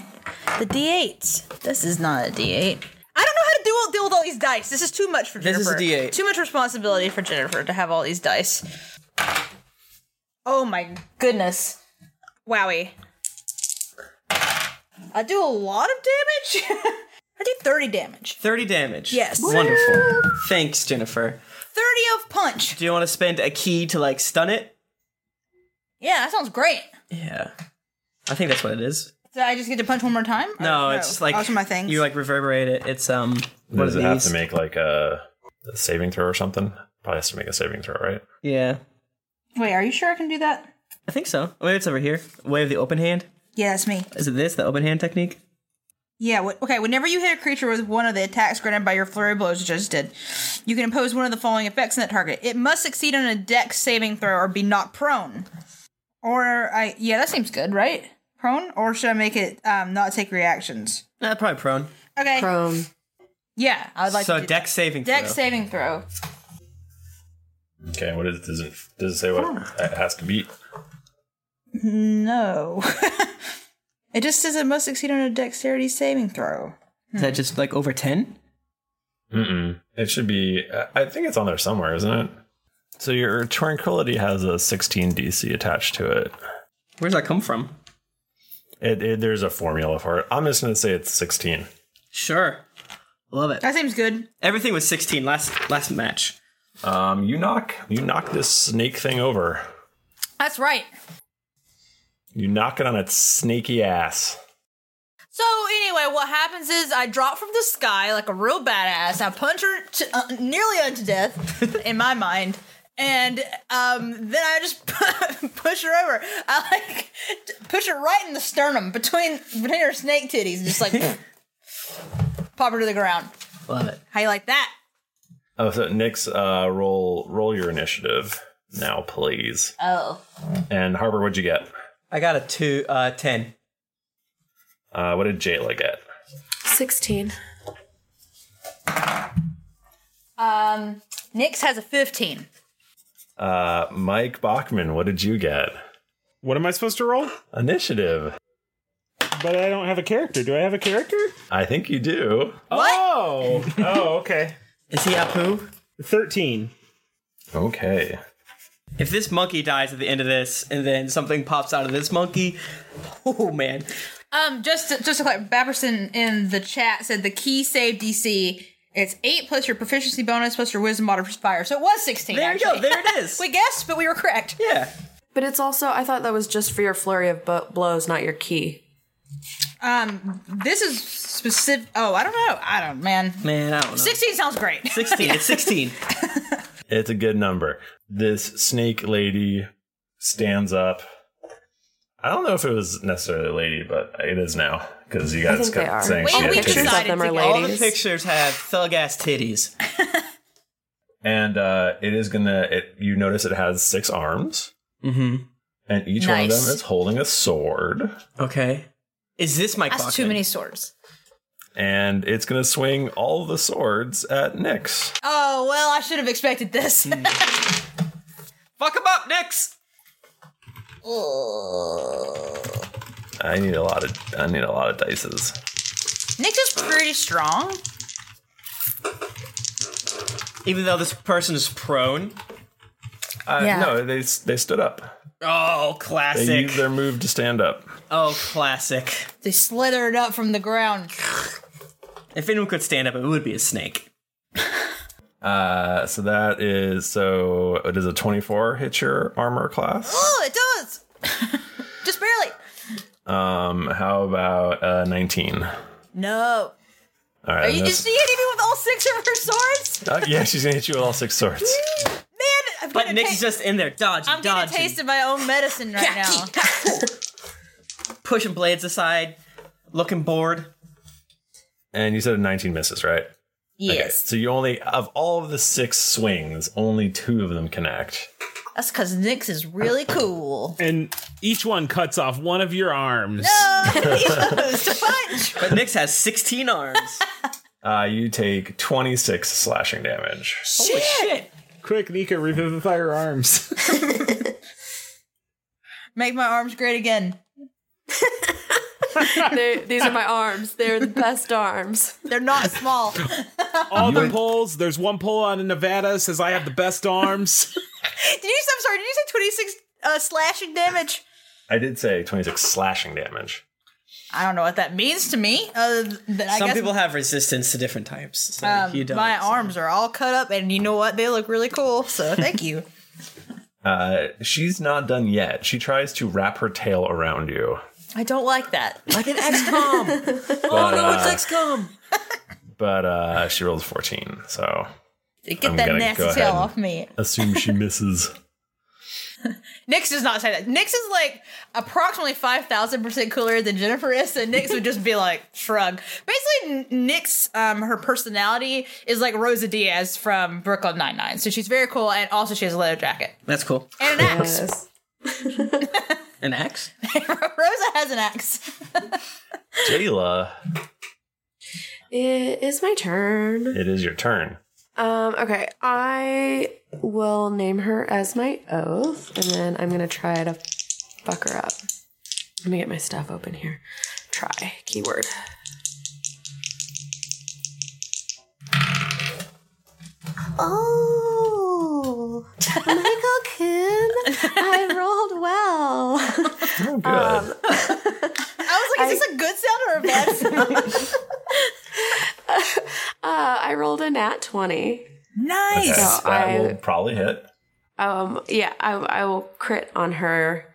Speaker 6: the d8. This is not a d8. I don't know how to deal, deal with all these dice. This is too much for
Speaker 5: This
Speaker 6: Jennifer.
Speaker 5: is a D8.
Speaker 6: Too much responsibility for Jennifer to have all these dice. Oh my goodness. Wowie. I do a lot of damage. *laughs* I do 30 damage.
Speaker 5: 30 damage.
Speaker 6: Yes.
Speaker 5: Wonderful. Thanks, Jennifer.
Speaker 6: 30 of punch.
Speaker 5: Do you want to spend a key to like stun it?
Speaker 6: Yeah, that sounds great.
Speaker 5: Yeah. I think that's what it is.
Speaker 6: So I just get to punch one more time? Oh,
Speaker 5: No, it's like
Speaker 6: Those are my things.
Speaker 5: you like reverberate it. It's um one
Speaker 1: Does
Speaker 5: of
Speaker 1: it have
Speaker 5: these.
Speaker 1: to make like a, a saving throw or something? Probably has to make a saving throw, right?
Speaker 5: Yeah.
Speaker 6: Wait, are you sure I can do that?
Speaker 5: I think so. Wait, it's over here. Wave the open hand.
Speaker 6: Yeah, that's me.
Speaker 5: Is it this, the open hand technique?
Speaker 6: Yeah, wh- okay, whenever you hit a creature with one of the attacks granted by your flurry blows, which I just did, you can impose one of the following effects on that target. It must succeed on a dex saving throw or be knocked prone. Or, I. Yeah, that seems good, right? Prone? Or should I make it um, not take reactions?
Speaker 5: Nah, Uh, probably prone.
Speaker 6: Okay. Prone. Yeah, I would like
Speaker 5: so
Speaker 6: to. do-
Speaker 5: deck saving
Speaker 6: Dex
Speaker 5: throw.
Speaker 6: saving throw.
Speaker 1: Okay, what is it? Does it, does it say what it has to beat?
Speaker 6: No. *laughs* it just says it must succeed on a dexterity saving throw.
Speaker 5: Is that just like over 10?
Speaker 1: Mm-mm. It should be. uh, I- I think it's on there somewhere, isn't it? So your tranquility has a 16 DC attached to it.
Speaker 5: Where's that come from?
Speaker 1: It, it, there's a formula for it. I'm just gonna say it's 16.
Speaker 5: Sure. Love it.
Speaker 6: That seems good.
Speaker 5: Everything was 16 last last match.
Speaker 1: Um, you knock you knock this snake thing over.
Speaker 6: That's right.
Speaker 1: You knock it on its snaky ass.
Speaker 6: So anyway, what happens is I drop from the sky like a real badass. I punch her to, uh, nearly unto death in my mind, and um, then I just *laughs* push her over. I like t- push her right in the sternum between between her snake titties, and just like pop her to the ground.
Speaker 5: Love it.
Speaker 6: How you like that?
Speaker 1: Oh, so Nick's uh, roll roll your initiative now, please.
Speaker 6: Oh,
Speaker 1: And Harbor, what'd you get?
Speaker 5: I got a two, uh, 10.
Speaker 1: Uh, what did Jayla get?
Speaker 2: 16.
Speaker 6: Um, Nyx has a fifteen.
Speaker 1: Uh, Mike Bachman, what did you get?
Speaker 4: What am I supposed to roll?
Speaker 1: Initiative.
Speaker 4: But I don't have a character. Do I have a character?
Speaker 1: I think you do.
Speaker 4: Oh. oh, okay.
Speaker 5: *laughs* Is he Apu?
Speaker 4: 13.
Speaker 1: Okay.
Speaker 5: If this monkey dies at the end of this and then something pops out of this monkey, *laughs* oh man.
Speaker 6: Um, just to, just to clarify, Baberson in the chat said the key save DC. It's eight plus your proficiency bonus plus your wisdom modifier, so it was sixteen.
Speaker 2: There you go, there
Speaker 6: *laughs*
Speaker 5: it is.
Speaker 6: we guessed, but we were correct.
Speaker 5: Yeah.
Speaker 2: But it's also, I thought that was just for your flurry of bu- blows, not your key.
Speaker 6: Um, this is specific. Oh, I don't know. I don't, man.
Speaker 5: Man, I don't know.
Speaker 6: Sixteen sounds great. *laughs*
Speaker 5: 16. It's 16.
Speaker 1: It's a good number. This snake lady stands up. I don't know if it was necessarily a lady, but it is now because you
Speaker 5: I
Speaker 1: guys
Speaker 5: think they are.
Speaker 1: kept saying
Speaker 5: Wait,
Speaker 1: she had
Speaker 5: we
Speaker 1: titties.
Speaker 5: decided
Speaker 2: them are
Speaker 5: All the
Speaker 2: ladies.
Speaker 5: pictures have thug ass titties.
Speaker 1: *laughs* and uh, it is gonna. It, you notice it has six arms,
Speaker 5: Mm-hmm.
Speaker 1: and each one of
Speaker 6: Nice.
Speaker 1: them is holding a sword.
Speaker 5: Okay, is this my?
Speaker 6: That's too many swords.
Speaker 1: And it's gonna swing all the swords at Nyx.
Speaker 6: Oh well, I should have expected this.
Speaker 5: Hmm.
Speaker 6: *laughs*
Speaker 5: Fuck him up, Nyx.
Speaker 1: I need a lot of. I need a lot of dices.
Speaker 6: Nyx is pretty strong.
Speaker 5: Even though this person is prone.
Speaker 1: Uh,
Speaker 5: Yeah.
Speaker 1: No, they they stood up.
Speaker 5: Oh,
Speaker 1: They
Speaker 5: classic.
Speaker 1: used their move to stand up.
Speaker 5: Oh, classic.
Speaker 6: They slithered up from the ground. *gasps*
Speaker 5: If anyone could stand up, it would be a snake.
Speaker 1: Uh, so that is so it is a 24 hit your armor class.
Speaker 6: Oh, it does. *laughs* just barely.
Speaker 1: Um, how about uh 19? All
Speaker 6: No. Are
Speaker 1: right.
Speaker 6: you,
Speaker 1: that's-
Speaker 6: is she hitting me with all six of her
Speaker 5: *laughs*
Speaker 6: swords?
Speaker 1: Uh, yeah, she's gonna hit you with all six swords.
Speaker 6: I'm
Speaker 5: But
Speaker 6: gonna
Speaker 5: Nyx is
Speaker 6: ta-
Speaker 5: just in there dodging,
Speaker 6: I'm getting
Speaker 5: dodging,
Speaker 6: a taste of my own medicine right now.
Speaker 5: pushing blades aside, looking bored.
Speaker 1: And you said a 19 misses, right?
Speaker 6: Yes.
Speaker 1: So you only of all of the six swings, only two of them connect.
Speaker 6: That's because Nyx is really cool.
Speaker 4: And each one cuts off one of your arms.
Speaker 5: But Nyx has
Speaker 6: *laughs*
Speaker 5: 16 arms.
Speaker 1: Uh, you take 26 slashing damage.
Speaker 5: Shit. *laughs* shit.
Speaker 4: Quick, Nika, revivify her arms.
Speaker 6: Make my arms great again.
Speaker 2: *laughs* They- these are my arms. They're the best arms.
Speaker 6: They're
Speaker 5: *laughs*
Speaker 6: not small.
Speaker 4: All the polls. There's one poll out in Nevada says I have the best arms.
Speaker 6: Did you? I'm sorry. Did you say 26 uh, slashing damage?
Speaker 1: I did say 26 slashing damage.
Speaker 6: I don't know what that means to me. Uh, that I
Speaker 5: Some
Speaker 6: guess,
Speaker 5: people have resistance to different types. So
Speaker 6: um,
Speaker 5: you don't.
Speaker 6: my arms are all cut up, and you know what? They look really cool. So thank you.
Speaker 1: Uh, she's not done yet. She tries to wrap her tail around you.
Speaker 6: I don't like that. Like an *laughs* Oh,
Speaker 5: XCOM.
Speaker 1: But, uh,
Speaker 5: XCOM.
Speaker 1: but uh, she rolled 14, so
Speaker 6: Get
Speaker 1: I'm
Speaker 6: that
Speaker 1: gonna
Speaker 6: nasty
Speaker 1: go
Speaker 6: tail
Speaker 1: ahead
Speaker 6: off me.
Speaker 1: assume she misses.
Speaker 6: Nyx does not say that. Nyx is like approximately 5,000% cooler than Jennifer is, so Nyx would just be like, shrug. Basically, N- Nyx, um, her personality is like Rosa Diaz from Brooklyn Nine-Nine. So she's very cool, and also she has a leather jacket. *laughs*
Speaker 5: That's cool.
Speaker 6: And an axe. *laughs*
Speaker 5: An axe?
Speaker 6: Rosa has an axe.
Speaker 1: *laughs* Jayla,
Speaker 2: It is my turn.
Speaker 1: it is your turn.
Speaker 2: Um, okay, I will name her as my oath, and then I'm gonna try to fuck her up. Let me get my stuff open here. Try keyword. Oh, Michael
Speaker 6: *laughs*
Speaker 2: Kuhn, I rolled well.
Speaker 1: Oh, good.
Speaker 2: Um,
Speaker 6: I
Speaker 2: *laughs*
Speaker 6: *laughs*
Speaker 2: Uh, I rolled a nat 20.
Speaker 6: Nice.
Speaker 1: Okay,
Speaker 2: So
Speaker 1: that will
Speaker 2: I,
Speaker 1: probably hit.
Speaker 2: um, yeah, I, I will crit on her.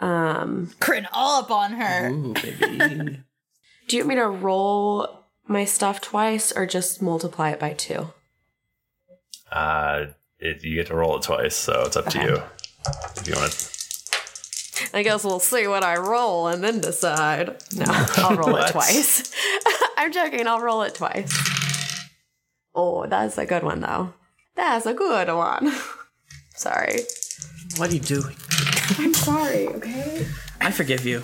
Speaker 2: Um,
Speaker 6: crit all up on her. *laughs*
Speaker 2: Do you want me to roll my stuff twice or just multiply it by two?
Speaker 1: Uh, it, you get to roll it twice, so it's up to you. If you want,
Speaker 2: I guess we'll see what I roll and then decide. No, I'll roll it
Speaker 1: What?
Speaker 2: twice. *laughs* I'm joking, I'll roll it twice. Oh, that's a good one, though. That's a good one. *laughs* Sorry.
Speaker 5: What are you doing?
Speaker 2: I'm sorry, okay?
Speaker 5: I forgive you.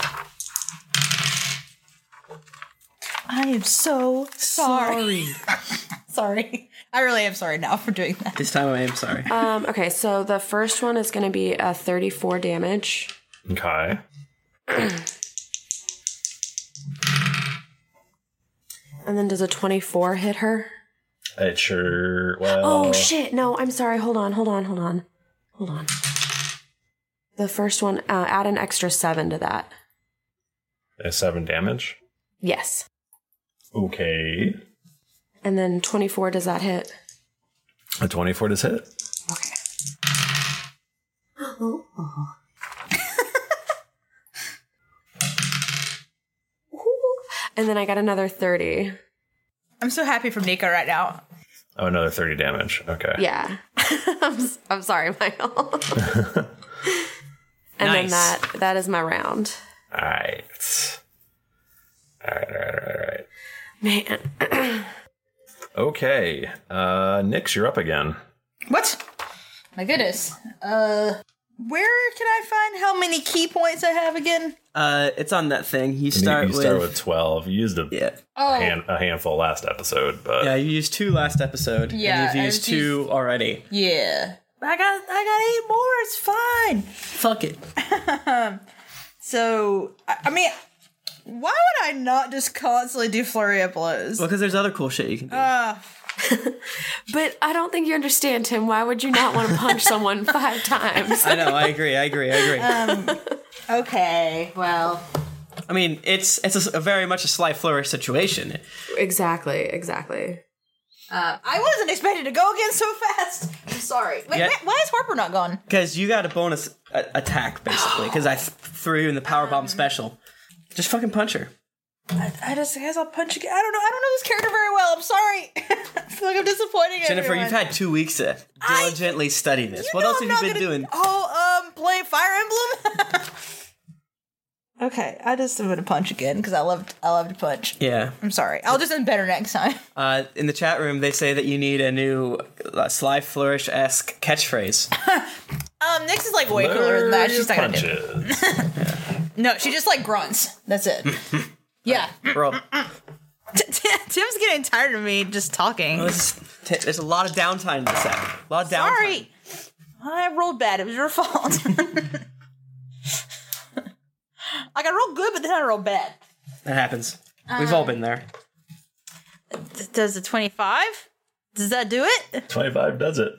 Speaker 6: I am so sorry. *laughs* sorry. I really am sorry now for doing that.
Speaker 5: This time I am sorry.
Speaker 2: Um, okay, so the first one is going to be a 34 damage.
Speaker 1: okay.
Speaker 2: *clears throat* And then does a 24 hit her?
Speaker 1: It sure. Well.
Speaker 2: Oh, shit. No, I'm sorry. Hold on, hold on, hold on. Hold on. The first one, uh, add an extra 7 to that.
Speaker 1: Uh, Seven damage.
Speaker 2: Yes.
Speaker 1: Okay.
Speaker 2: And then 24, does that hit?
Speaker 1: A twenty-four does hit.
Speaker 2: and then I got another 30.
Speaker 6: I'm so happy for Nika right now.
Speaker 1: Oh, another thirty damage. Okay.
Speaker 2: Yeah. *laughs* I'm, s- I'm sorry, Michael. and then
Speaker 1: Nice.
Speaker 2: that that is my round.
Speaker 1: All right. All right. All right. All right. All right.
Speaker 2: Man.
Speaker 6: *clears throat*
Speaker 1: Okay. Uh, Nyx, you're up again.
Speaker 6: What? My goodness. Uh, where can I find how many key points I have again?
Speaker 5: Uh, it's on that thing. You
Speaker 1: You-
Speaker 5: start,
Speaker 1: you
Speaker 5: with,
Speaker 1: start with twelve. You used a,
Speaker 6: Oh.
Speaker 1: hand, a handful last episode, but
Speaker 5: yeah, you used two last episode. and
Speaker 6: Yeah,
Speaker 5: you've
Speaker 6: I
Speaker 5: used
Speaker 6: was
Speaker 5: two already.
Speaker 6: Yeah. I got I got eight more. It's fine.
Speaker 5: Fuck it.
Speaker 6: *laughs* So I, I mean, why would I not just constantly do flurry of blows?
Speaker 5: Well, because there's other cool shit
Speaker 6: *laughs*
Speaker 5: you can do.
Speaker 6: Uh,
Speaker 2: Ah. *laughs* But I don't think you understand, Tim. Why would you not want to punch someone *laughs* five
Speaker 6: Oh,
Speaker 2: times?
Speaker 5: I know. I agree. I agree. I
Speaker 6: *laughs*
Speaker 5: agree.
Speaker 6: Um, okay. Well.
Speaker 5: I mean, it's it's a s- a, very much a sly flourish situation.
Speaker 2: Exactly. Exactly.
Speaker 6: Uh, I wasn't expecting to go again so fast. I'm sorry. Wait,
Speaker 5: Yeah.
Speaker 6: wait, why is Harper not gone?
Speaker 5: Because you got a bonus a- attack basically.
Speaker 6: *gasps*
Speaker 5: Because I th- threw you in the power
Speaker 6: Um,
Speaker 5: bomb special. Just fucking punch her.
Speaker 6: I, I just I guess I'll punch again. I don't know. I don't know this character very well. I'm sorry. *laughs* I feel like I'm disappointing
Speaker 5: Jennifer,
Speaker 6: everyone.
Speaker 5: you've had two weeks to diligently study this. What
Speaker 6: know
Speaker 5: else
Speaker 6: I'm
Speaker 5: have you
Speaker 6: not
Speaker 5: been doing?
Speaker 6: Oh, um, play Fire Emblem. *laughs* okay, I just am gonna punch again because I loved I love to punch.
Speaker 5: Yeah.
Speaker 6: I'm sorry. I'll just end better next time. *laughs*
Speaker 5: Uh, in the chat room, they say that you need a new uh, sly flourish esque catchphrase.
Speaker 6: Um, Nyx is like way cooler than that. She's not gonna do.
Speaker 1: punches.
Speaker 6: It. No, she just like grunts. That's
Speaker 5: *laughs*
Speaker 6: it. yeah. *laughs*
Speaker 5: Bro,
Speaker 6: T- T- Tim's getting tired of me just talking.
Speaker 5: this is- t- there's a lot of downtime in this app. A lot of downtime.
Speaker 6: Sorry. I rolled bad. It was your fault. *laughs* like I rolled good, but then I rolled bad.
Speaker 5: That happens. We've all been there.
Speaker 6: D- Does a twenty-five? Does that do it?
Speaker 1: Twenty-five does it.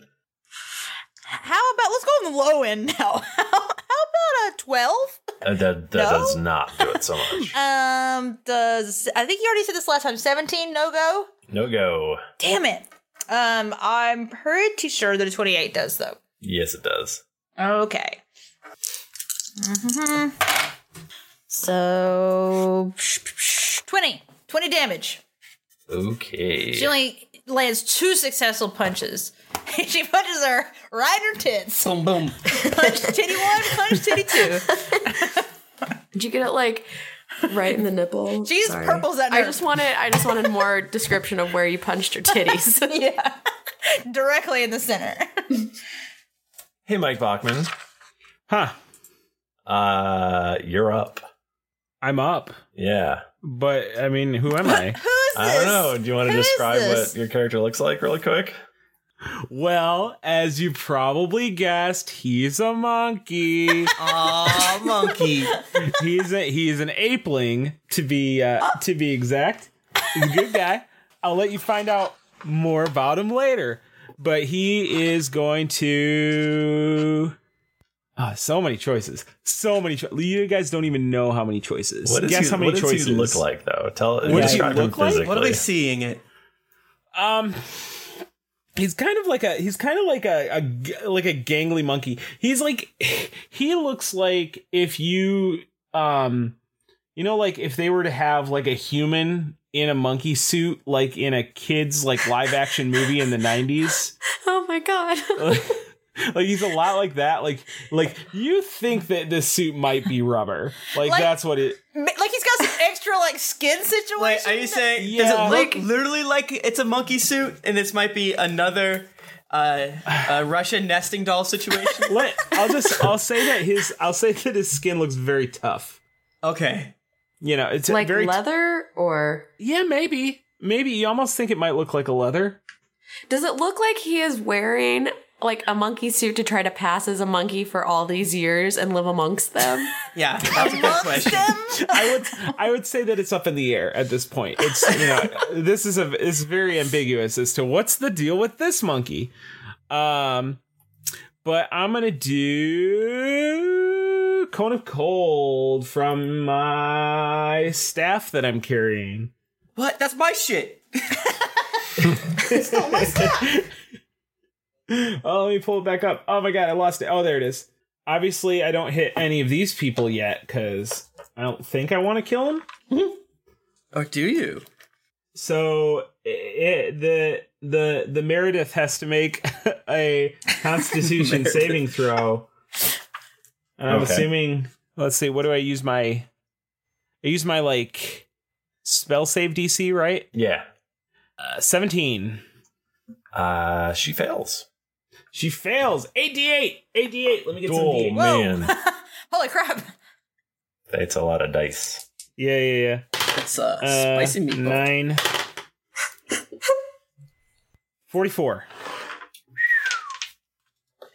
Speaker 6: How about let's go on the low end now? *laughs* How, how about a twelve?
Speaker 1: Uh, that that
Speaker 6: No?
Speaker 1: does not do it so much.
Speaker 6: Um, does I think you already said this last time? Seventeen, no go.
Speaker 1: No go.
Speaker 6: Damn it. Um, I'm pretty sure that a twenty-eight does though.
Speaker 1: Yes, it does.
Speaker 6: Okay. hmm So twenty. 20 damage.
Speaker 1: Okay.
Speaker 6: She only lands two successful punches. *laughs* she punches her right in her tits.
Speaker 5: Boom, boom.
Speaker 6: Punch titty one, punch titty two.
Speaker 2: Did you get it like right in the nipple?
Speaker 6: Jeez,
Speaker 2: Sorry.
Speaker 6: purple's that
Speaker 2: I
Speaker 6: nerve.
Speaker 2: just wanted. I just wanted more description of where you punched your titties.
Speaker 6: yeah, directly in the center.
Speaker 1: Hey, Mike Bachman.
Speaker 4: Huh.
Speaker 1: Uh, you're up.
Speaker 4: I'm up.
Speaker 1: *laughs* Yeah.
Speaker 4: But I mean, *laughs* who am I?
Speaker 1: I don't know. Do you want to
Speaker 4: Who is
Speaker 1: describe
Speaker 4: this?
Speaker 1: what your character looks like really quick?
Speaker 4: Well, as you probably guessed, he's a *laughs* monkey.
Speaker 5: Aw, monkey.
Speaker 4: *laughs* he's a he's an apeling to be uh, to be exact. He's a good guy. I'll let you find out more about him later. But he is going to Ah, so many choices. So many. Cho- you guys don't even know how many choices.
Speaker 1: What does
Speaker 4: Guess
Speaker 1: he-
Speaker 4: how many
Speaker 1: what does he
Speaker 4: choices.
Speaker 1: look like, though? Tell-
Speaker 4: What does he
Speaker 1: describe him
Speaker 4: look like?
Speaker 1: physically.
Speaker 4: seeing it? Um, he's kind of like a he's kind of like a, a g- like a gangly monkey. He's like *laughs* he looks like if you um you know like if they were to have like a human in a monkey suit like in a kids like live action movie in the 90s
Speaker 2: Oh my god.
Speaker 4: like he's a lot like that like like you think that this suit might be rubber like,
Speaker 6: Like-
Speaker 4: that's what it
Speaker 6: Ma- Like he's got
Speaker 5: *laughs*
Speaker 6: some extra like skin situation.
Speaker 5: Wait, are you saying does it look literally like it's a monkey suit and this might be another uh, uh, Russian nesting doll
Speaker 4: *laughs*
Speaker 5: situation?
Speaker 4: Let, I'll just I'll say that his I'll say that his skin looks very tough. Okay. You know, it's
Speaker 2: like
Speaker 4: very
Speaker 2: leather or
Speaker 4: Yeah, maybe. Maybe you almost think it might look like a leather.
Speaker 2: Does it look like he is wearing like a monkey suit to try to pass as a monkey for all these years and live amongst them?
Speaker 5: Yeah, that's a good question.
Speaker 4: *laughs* I would I would say that it's up in the air at this point. It's you know this is a is very ambiguous as to what's the deal with this monkey. Um but I'm gonna do Cone of Cold from my staff that I'm carrying.
Speaker 5: What? That's my shit.
Speaker 4: *laughs* oh, let me pull it back up. Oh my god, I lost it. Oh, there it is. Obviously, I don't hit any of these people yet because I don't think I want to kill them.
Speaker 5: or do you?
Speaker 4: So it, the the the Meredith has to make *laughs* a Constitution
Speaker 9: Meredith.
Speaker 4: saving throw. And I'm
Speaker 9: Okay.
Speaker 4: assuming. Let's see. What do I use my? I use my like spell save DC, right?
Speaker 1: Yeah.
Speaker 4: Uh, Seventeen.
Speaker 1: Uh, she fails.
Speaker 4: She fails. 88! 88! Let me get some
Speaker 1: Oh,
Speaker 4: D8.
Speaker 1: man.
Speaker 6: Holy crap!
Speaker 1: That's a lot of dice.
Speaker 4: *laughs* Yeah, yeah,
Speaker 5: yeah. It's uh,
Speaker 1: spicy meatball.
Speaker 4: Nine. 44.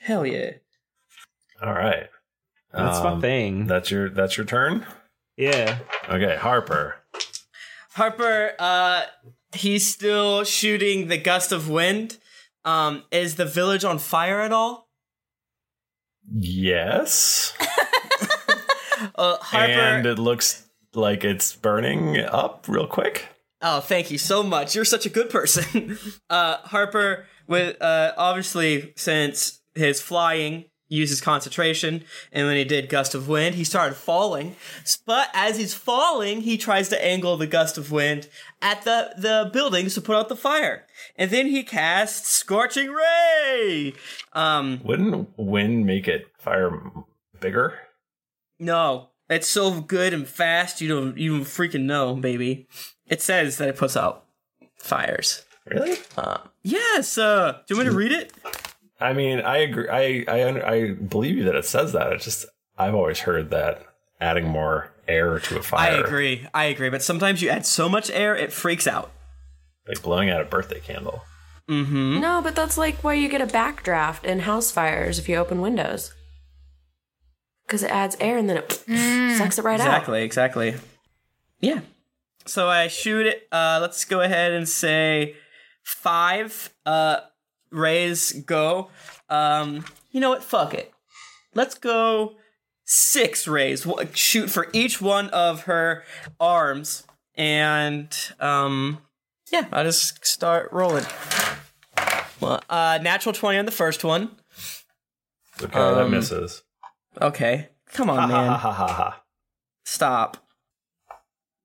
Speaker 5: Hell yeah.
Speaker 1: All right. Um,
Speaker 4: That's my thing.
Speaker 1: That's your that's your turn?
Speaker 4: *laughs* Yeah.
Speaker 1: Okay, Harper.
Speaker 5: Harper, uh, he's still shooting the gust of wind. Um, is the village on fire at all?
Speaker 1: Yes.
Speaker 5: Uh, Harper.
Speaker 1: And it looks like it's burning up real quick.
Speaker 5: Oh, thank you so much. You're such a good person. *laughs* uh, Harper, with uh, obviously since his flying uses concentration, and when he did gust of wind, he started falling. But as he's falling, he tries to angle the gust of wind at the the buildings to put out the fire, and then he casts scorching ray. Um,
Speaker 1: Wouldn't wind make it fire m- bigger?
Speaker 5: no, it's so good and fast. You don't you don't freaking know, baby. It says that it puts out fires.
Speaker 1: Really?
Speaker 5: Uh, yes. Uh, do you want me to read it?
Speaker 1: I mean, I agree. I, I un- I believe you that it says that. It's just I've always heard that adding more air to a
Speaker 5: I
Speaker 1: fire,
Speaker 5: agree. I agree. But sometimes you add so much air, it freaks out.
Speaker 1: like blowing out a birthday candle.
Speaker 5: Mm-hmm.
Speaker 1: Hmm?
Speaker 2: No, but that's like why you get a backdraft in house fires if you open windows. Because it adds air and
Speaker 1: *laughs*
Speaker 2: then it
Speaker 1: Mm.
Speaker 2: sucks it right out.
Speaker 5: exactly. Exactly. Yeah. So I shoot it. Uh, let's go ahead and say five. Uh, rays go. Um, you know what? Fuck it. Let's go six rays. Wh- Shoot for each one of her arms, and um, yeah, I just start rolling. Well, uh, natural twenty on the first one.
Speaker 1: Okay, that
Speaker 5: Um,
Speaker 1: misses.
Speaker 5: Okay. Come on, man. Stop.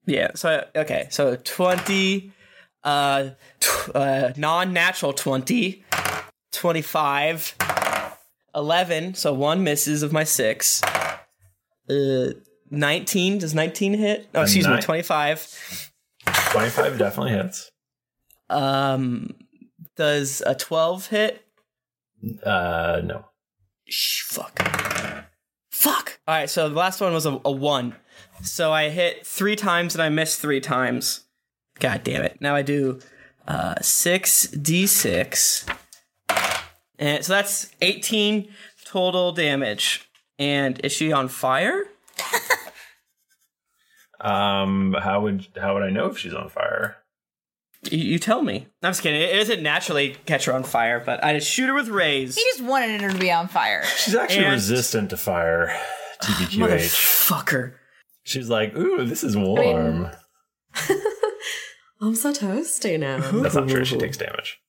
Speaker 5: Yeah, so okay, so 20 uh, tw- uh non-natural 20 25 11, so one misses of my 6. Uh 19, does 19 hit? No,
Speaker 1: A
Speaker 5: excuse me,
Speaker 1: nine.
Speaker 5: 25.
Speaker 1: Twenty-five definitely hits.
Speaker 5: Um does a 12 hit?
Speaker 1: Uh, no.
Speaker 5: Shh, fuck. Fuck. All right, so the last one was a, a one. So I hit three times and I missed three times. God damn it. Now I do uh, 6d6. And so that's 18 total damage. And is she on fire?
Speaker 1: Um, how would how would I know if she's on fire?
Speaker 5: You, you tell me. I'm just kidding. It doesn't naturally catch her on fire, but I just shoot her with rays.
Speaker 6: He just wanted her to be on fire.
Speaker 1: She's actually resistant to fire. TBQH.
Speaker 5: Fucker.
Speaker 1: She's like, ooh, this is warm.
Speaker 2: I'm so toasty now.
Speaker 1: *laughs* Um, That's not true. She takes damage.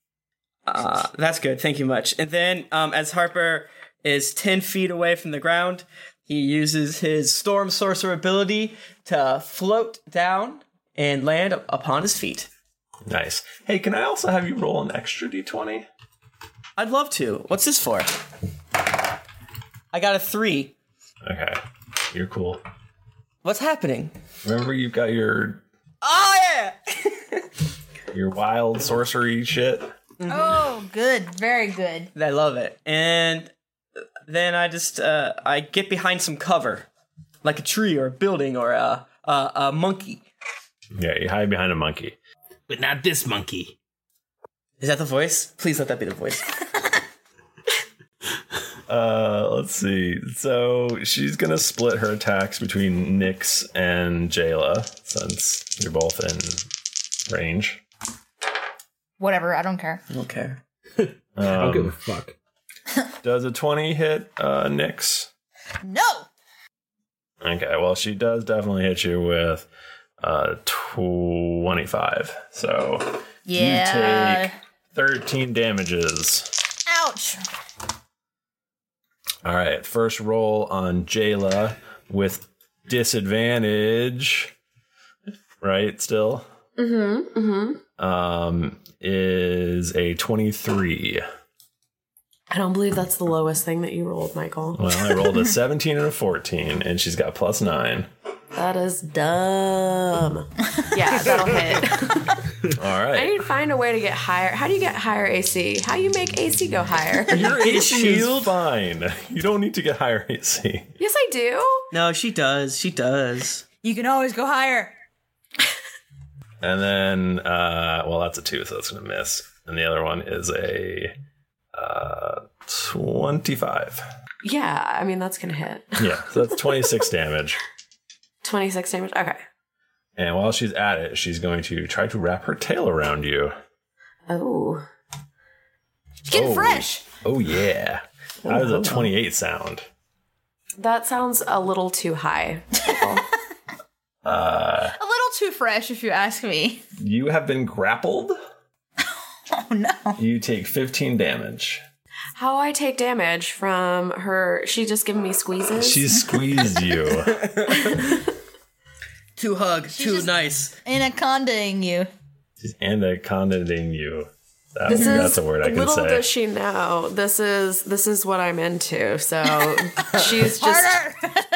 Speaker 5: Uh, that's good. Thank you much. And then, um, as Harper is 10 feet away from the ground, he uses his Storm Sorcerer ability to float down and land up- upon his feet.
Speaker 1: Nice. Hey, can I also have you roll an extra d20?
Speaker 5: I'd love to. What's this for? I got a three.
Speaker 1: Okay. You're cool.
Speaker 5: What's happening?
Speaker 1: Remember, you've got your
Speaker 6: Oh
Speaker 5: *laughs*
Speaker 6: yeah.
Speaker 1: your wild sorcery shit.
Speaker 6: Oh, good. Very good.
Speaker 5: I love it. And then I just uh, I get behind some cover, like a tree or a building or a a, a monkey.
Speaker 1: Yeah, you hide behind a monkey.
Speaker 5: But not this monkey. Is that the voice? Please let that be
Speaker 6: *laughs*
Speaker 5: the voice.
Speaker 1: Uh, let's see. So she's gonna split her attacks between Nyx and Jayla since you're both in range.
Speaker 6: Whatever. I don't care.
Speaker 5: Okay.
Speaker 1: Um, I
Speaker 9: don't give
Speaker 1: a fuck. *laughs* does a twenty hit uh, Nyx?
Speaker 6: No.
Speaker 1: Okay, well she does definitely hit you with uh, twenty-five. So
Speaker 6: Yeah.
Speaker 1: you take thirteen damages.
Speaker 6: Ouch.
Speaker 1: All right, first roll on Jayla with disadvantage. Right, still
Speaker 2: Mm-hmm. Mm-hmm.
Speaker 1: um, is a twenty-three.
Speaker 2: I don't believe that's the lowest thing that you rolled, Michael.
Speaker 1: Well, I
Speaker 2: *laughs*
Speaker 1: rolled a seventeen and a fourteen, and she's got plus nine.
Speaker 2: that is
Speaker 1: *laughs*
Speaker 2: dumb. Yeah, that'll hit.
Speaker 1: All
Speaker 2: *laughs* I
Speaker 1: right,
Speaker 2: need to find a way to get higher. How do you get higher AC? How do you make AC go higher? *laughs*
Speaker 1: *laughs* your AC is fine. You don't need to get higher *laughs* AC.
Speaker 2: yes, I do.
Speaker 5: No, she does. She does.
Speaker 6: You can always go higher.
Speaker 1: And then, uh, well, that's a two, so that's gonna miss. And the other one is a uh, twenty-five.
Speaker 2: Yeah, I mean that's gonna hit.
Speaker 1: Yeah, so that's twenty-six damage.
Speaker 2: Twenty six damage. Okay.
Speaker 1: And while she's at it, she's going to try to wrap her tail around you.
Speaker 2: Oh.
Speaker 1: Getting fresh. Oh yeah.
Speaker 2: Oh.
Speaker 1: How does a 28 sound?
Speaker 2: That sounds a little too
Speaker 1: *laughs*
Speaker 2: high.
Speaker 1: Uh,
Speaker 6: A little too fresh, if you ask me.
Speaker 1: you have been grappled. Oh no. You take 15 damage.
Speaker 2: How I take damage from her she just giving me squeezes.
Speaker 1: She squeezed
Speaker 2: *laughs*
Speaker 1: you.
Speaker 5: Too hug. too nice.
Speaker 6: Anacondaing you.
Speaker 1: She's anacondating you. That,
Speaker 2: this
Speaker 1: uh, that's
Speaker 2: is
Speaker 1: a word I can
Speaker 2: little
Speaker 1: say.
Speaker 2: does she know. This is this is what I'm into. So
Speaker 5: *laughs*
Speaker 2: she's just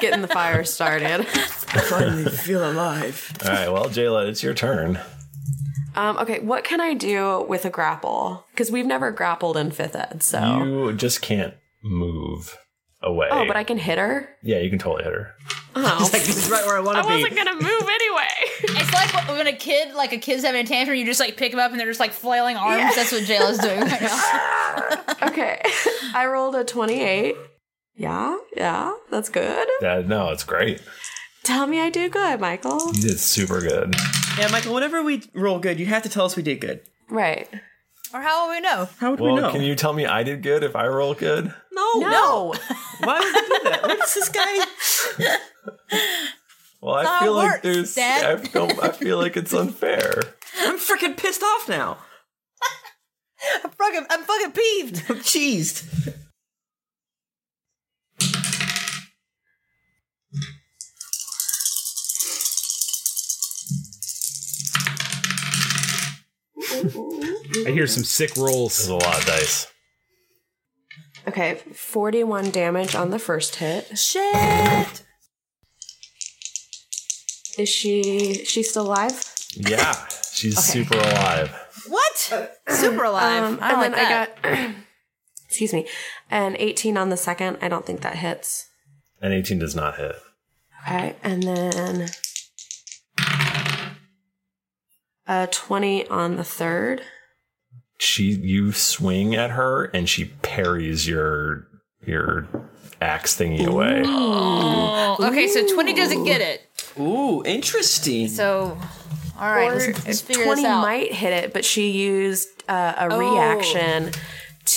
Speaker 2: getting the fire
Speaker 5: *laughs*
Speaker 2: started.
Speaker 5: Finally feel alive.
Speaker 1: All right, well, Jayla, it's your turn.
Speaker 2: Um, okay, what can I do with a grapple? Because we've never grappled in fifth ed, so
Speaker 1: You just can't move away.
Speaker 2: Oh, but I can hit
Speaker 5: *laughs*
Speaker 2: her?
Speaker 1: Yeah, you can totally hit her.
Speaker 2: Oh.
Speaker 5: this is right where I want
Speaker 2: I wasn't gonna move anyway.
Speaker 6: *laughs* It's like what- when a kid, like a kid's having a tantrum, you just like pick them up and they're just like flailing arms. That's what Jayla's doing right now.
Speaker 2: okay. I rolled a 28. Yeah, yeah, that's good.
Speaker 1: Yeah, no, it's great.
Speaker 2: Tell me I do good, Michael.
Speaker 1: You did super good.
Speaker 5: Yeah, Michael. Whenever we roll good, you have to tell us we
Speaker 6: *laughs*
Speaker 5: did good.
Speaker 2: Right.
Speaker 6: Or how will we know?
Speaker 5: How would
Speaker 1: well,
Speaker 5: we know?
Speaker 1: can you tell me I did good if I roll good?
Speaker 5: No.
Speaker 2: No.
Speaker 5: Why would you do that? What's this guy?
Speaker 1: Well,
Speaker 5: That's
Speaker 1: I
Speaker 5: how
Speaker 1: feel
Speaker 5: it
Speaker 1: like
Speaker 5: works,
Speaker 1: there's. I
Speaker 5: Dad.
Speaker 1: feel, I feel like it's unfair.
Speaker 5: I'm freaking pissed off now.
Speaker 6: *laughs* I'm fucking, I'm fucking peeved.
Speaker 5: *laughs* I'm cheesed.
Speaker 4: I hear some sick rolls. This
Speaker 1: is a lot of dice.
Speaker 2: Okay, 41 damage on the first hit.
Speaker 6: Shit!
Speaker 2: Is she she still alive?
Speaker 1: Yeah, she's super alive.
Speaker 6: *laughs* What? Super alive.
Speaker 2: Um,
Speaker 6: I don't
Speaker 2: and
Speaker 6: like
Speaker 2: then
Speaker 6: that. *clears throat*
Speaker 2: I got *clears throat* excuse me. An 18 on the second. I don't think that hits.
Speaker 1: And 18 does not hit.
Speaker 2: Okay, and then a 20 on the third.
Speaker 1: She, you swing at her, and she parries your your axe thingy away.
Speaker 6: Oh, okay, so 20 doesn't get it.
Speaker 5: Ooh, interesting.
Speaker 6: So, All right,
Speaker 2: Or
Speaker 6: let's, let's figure
Speaker 2: twenty
Speaker 6: this out.
Speaker 2: might hit it, but she used uh, a
Speaker 6: Oh.
Speaker 2: reaction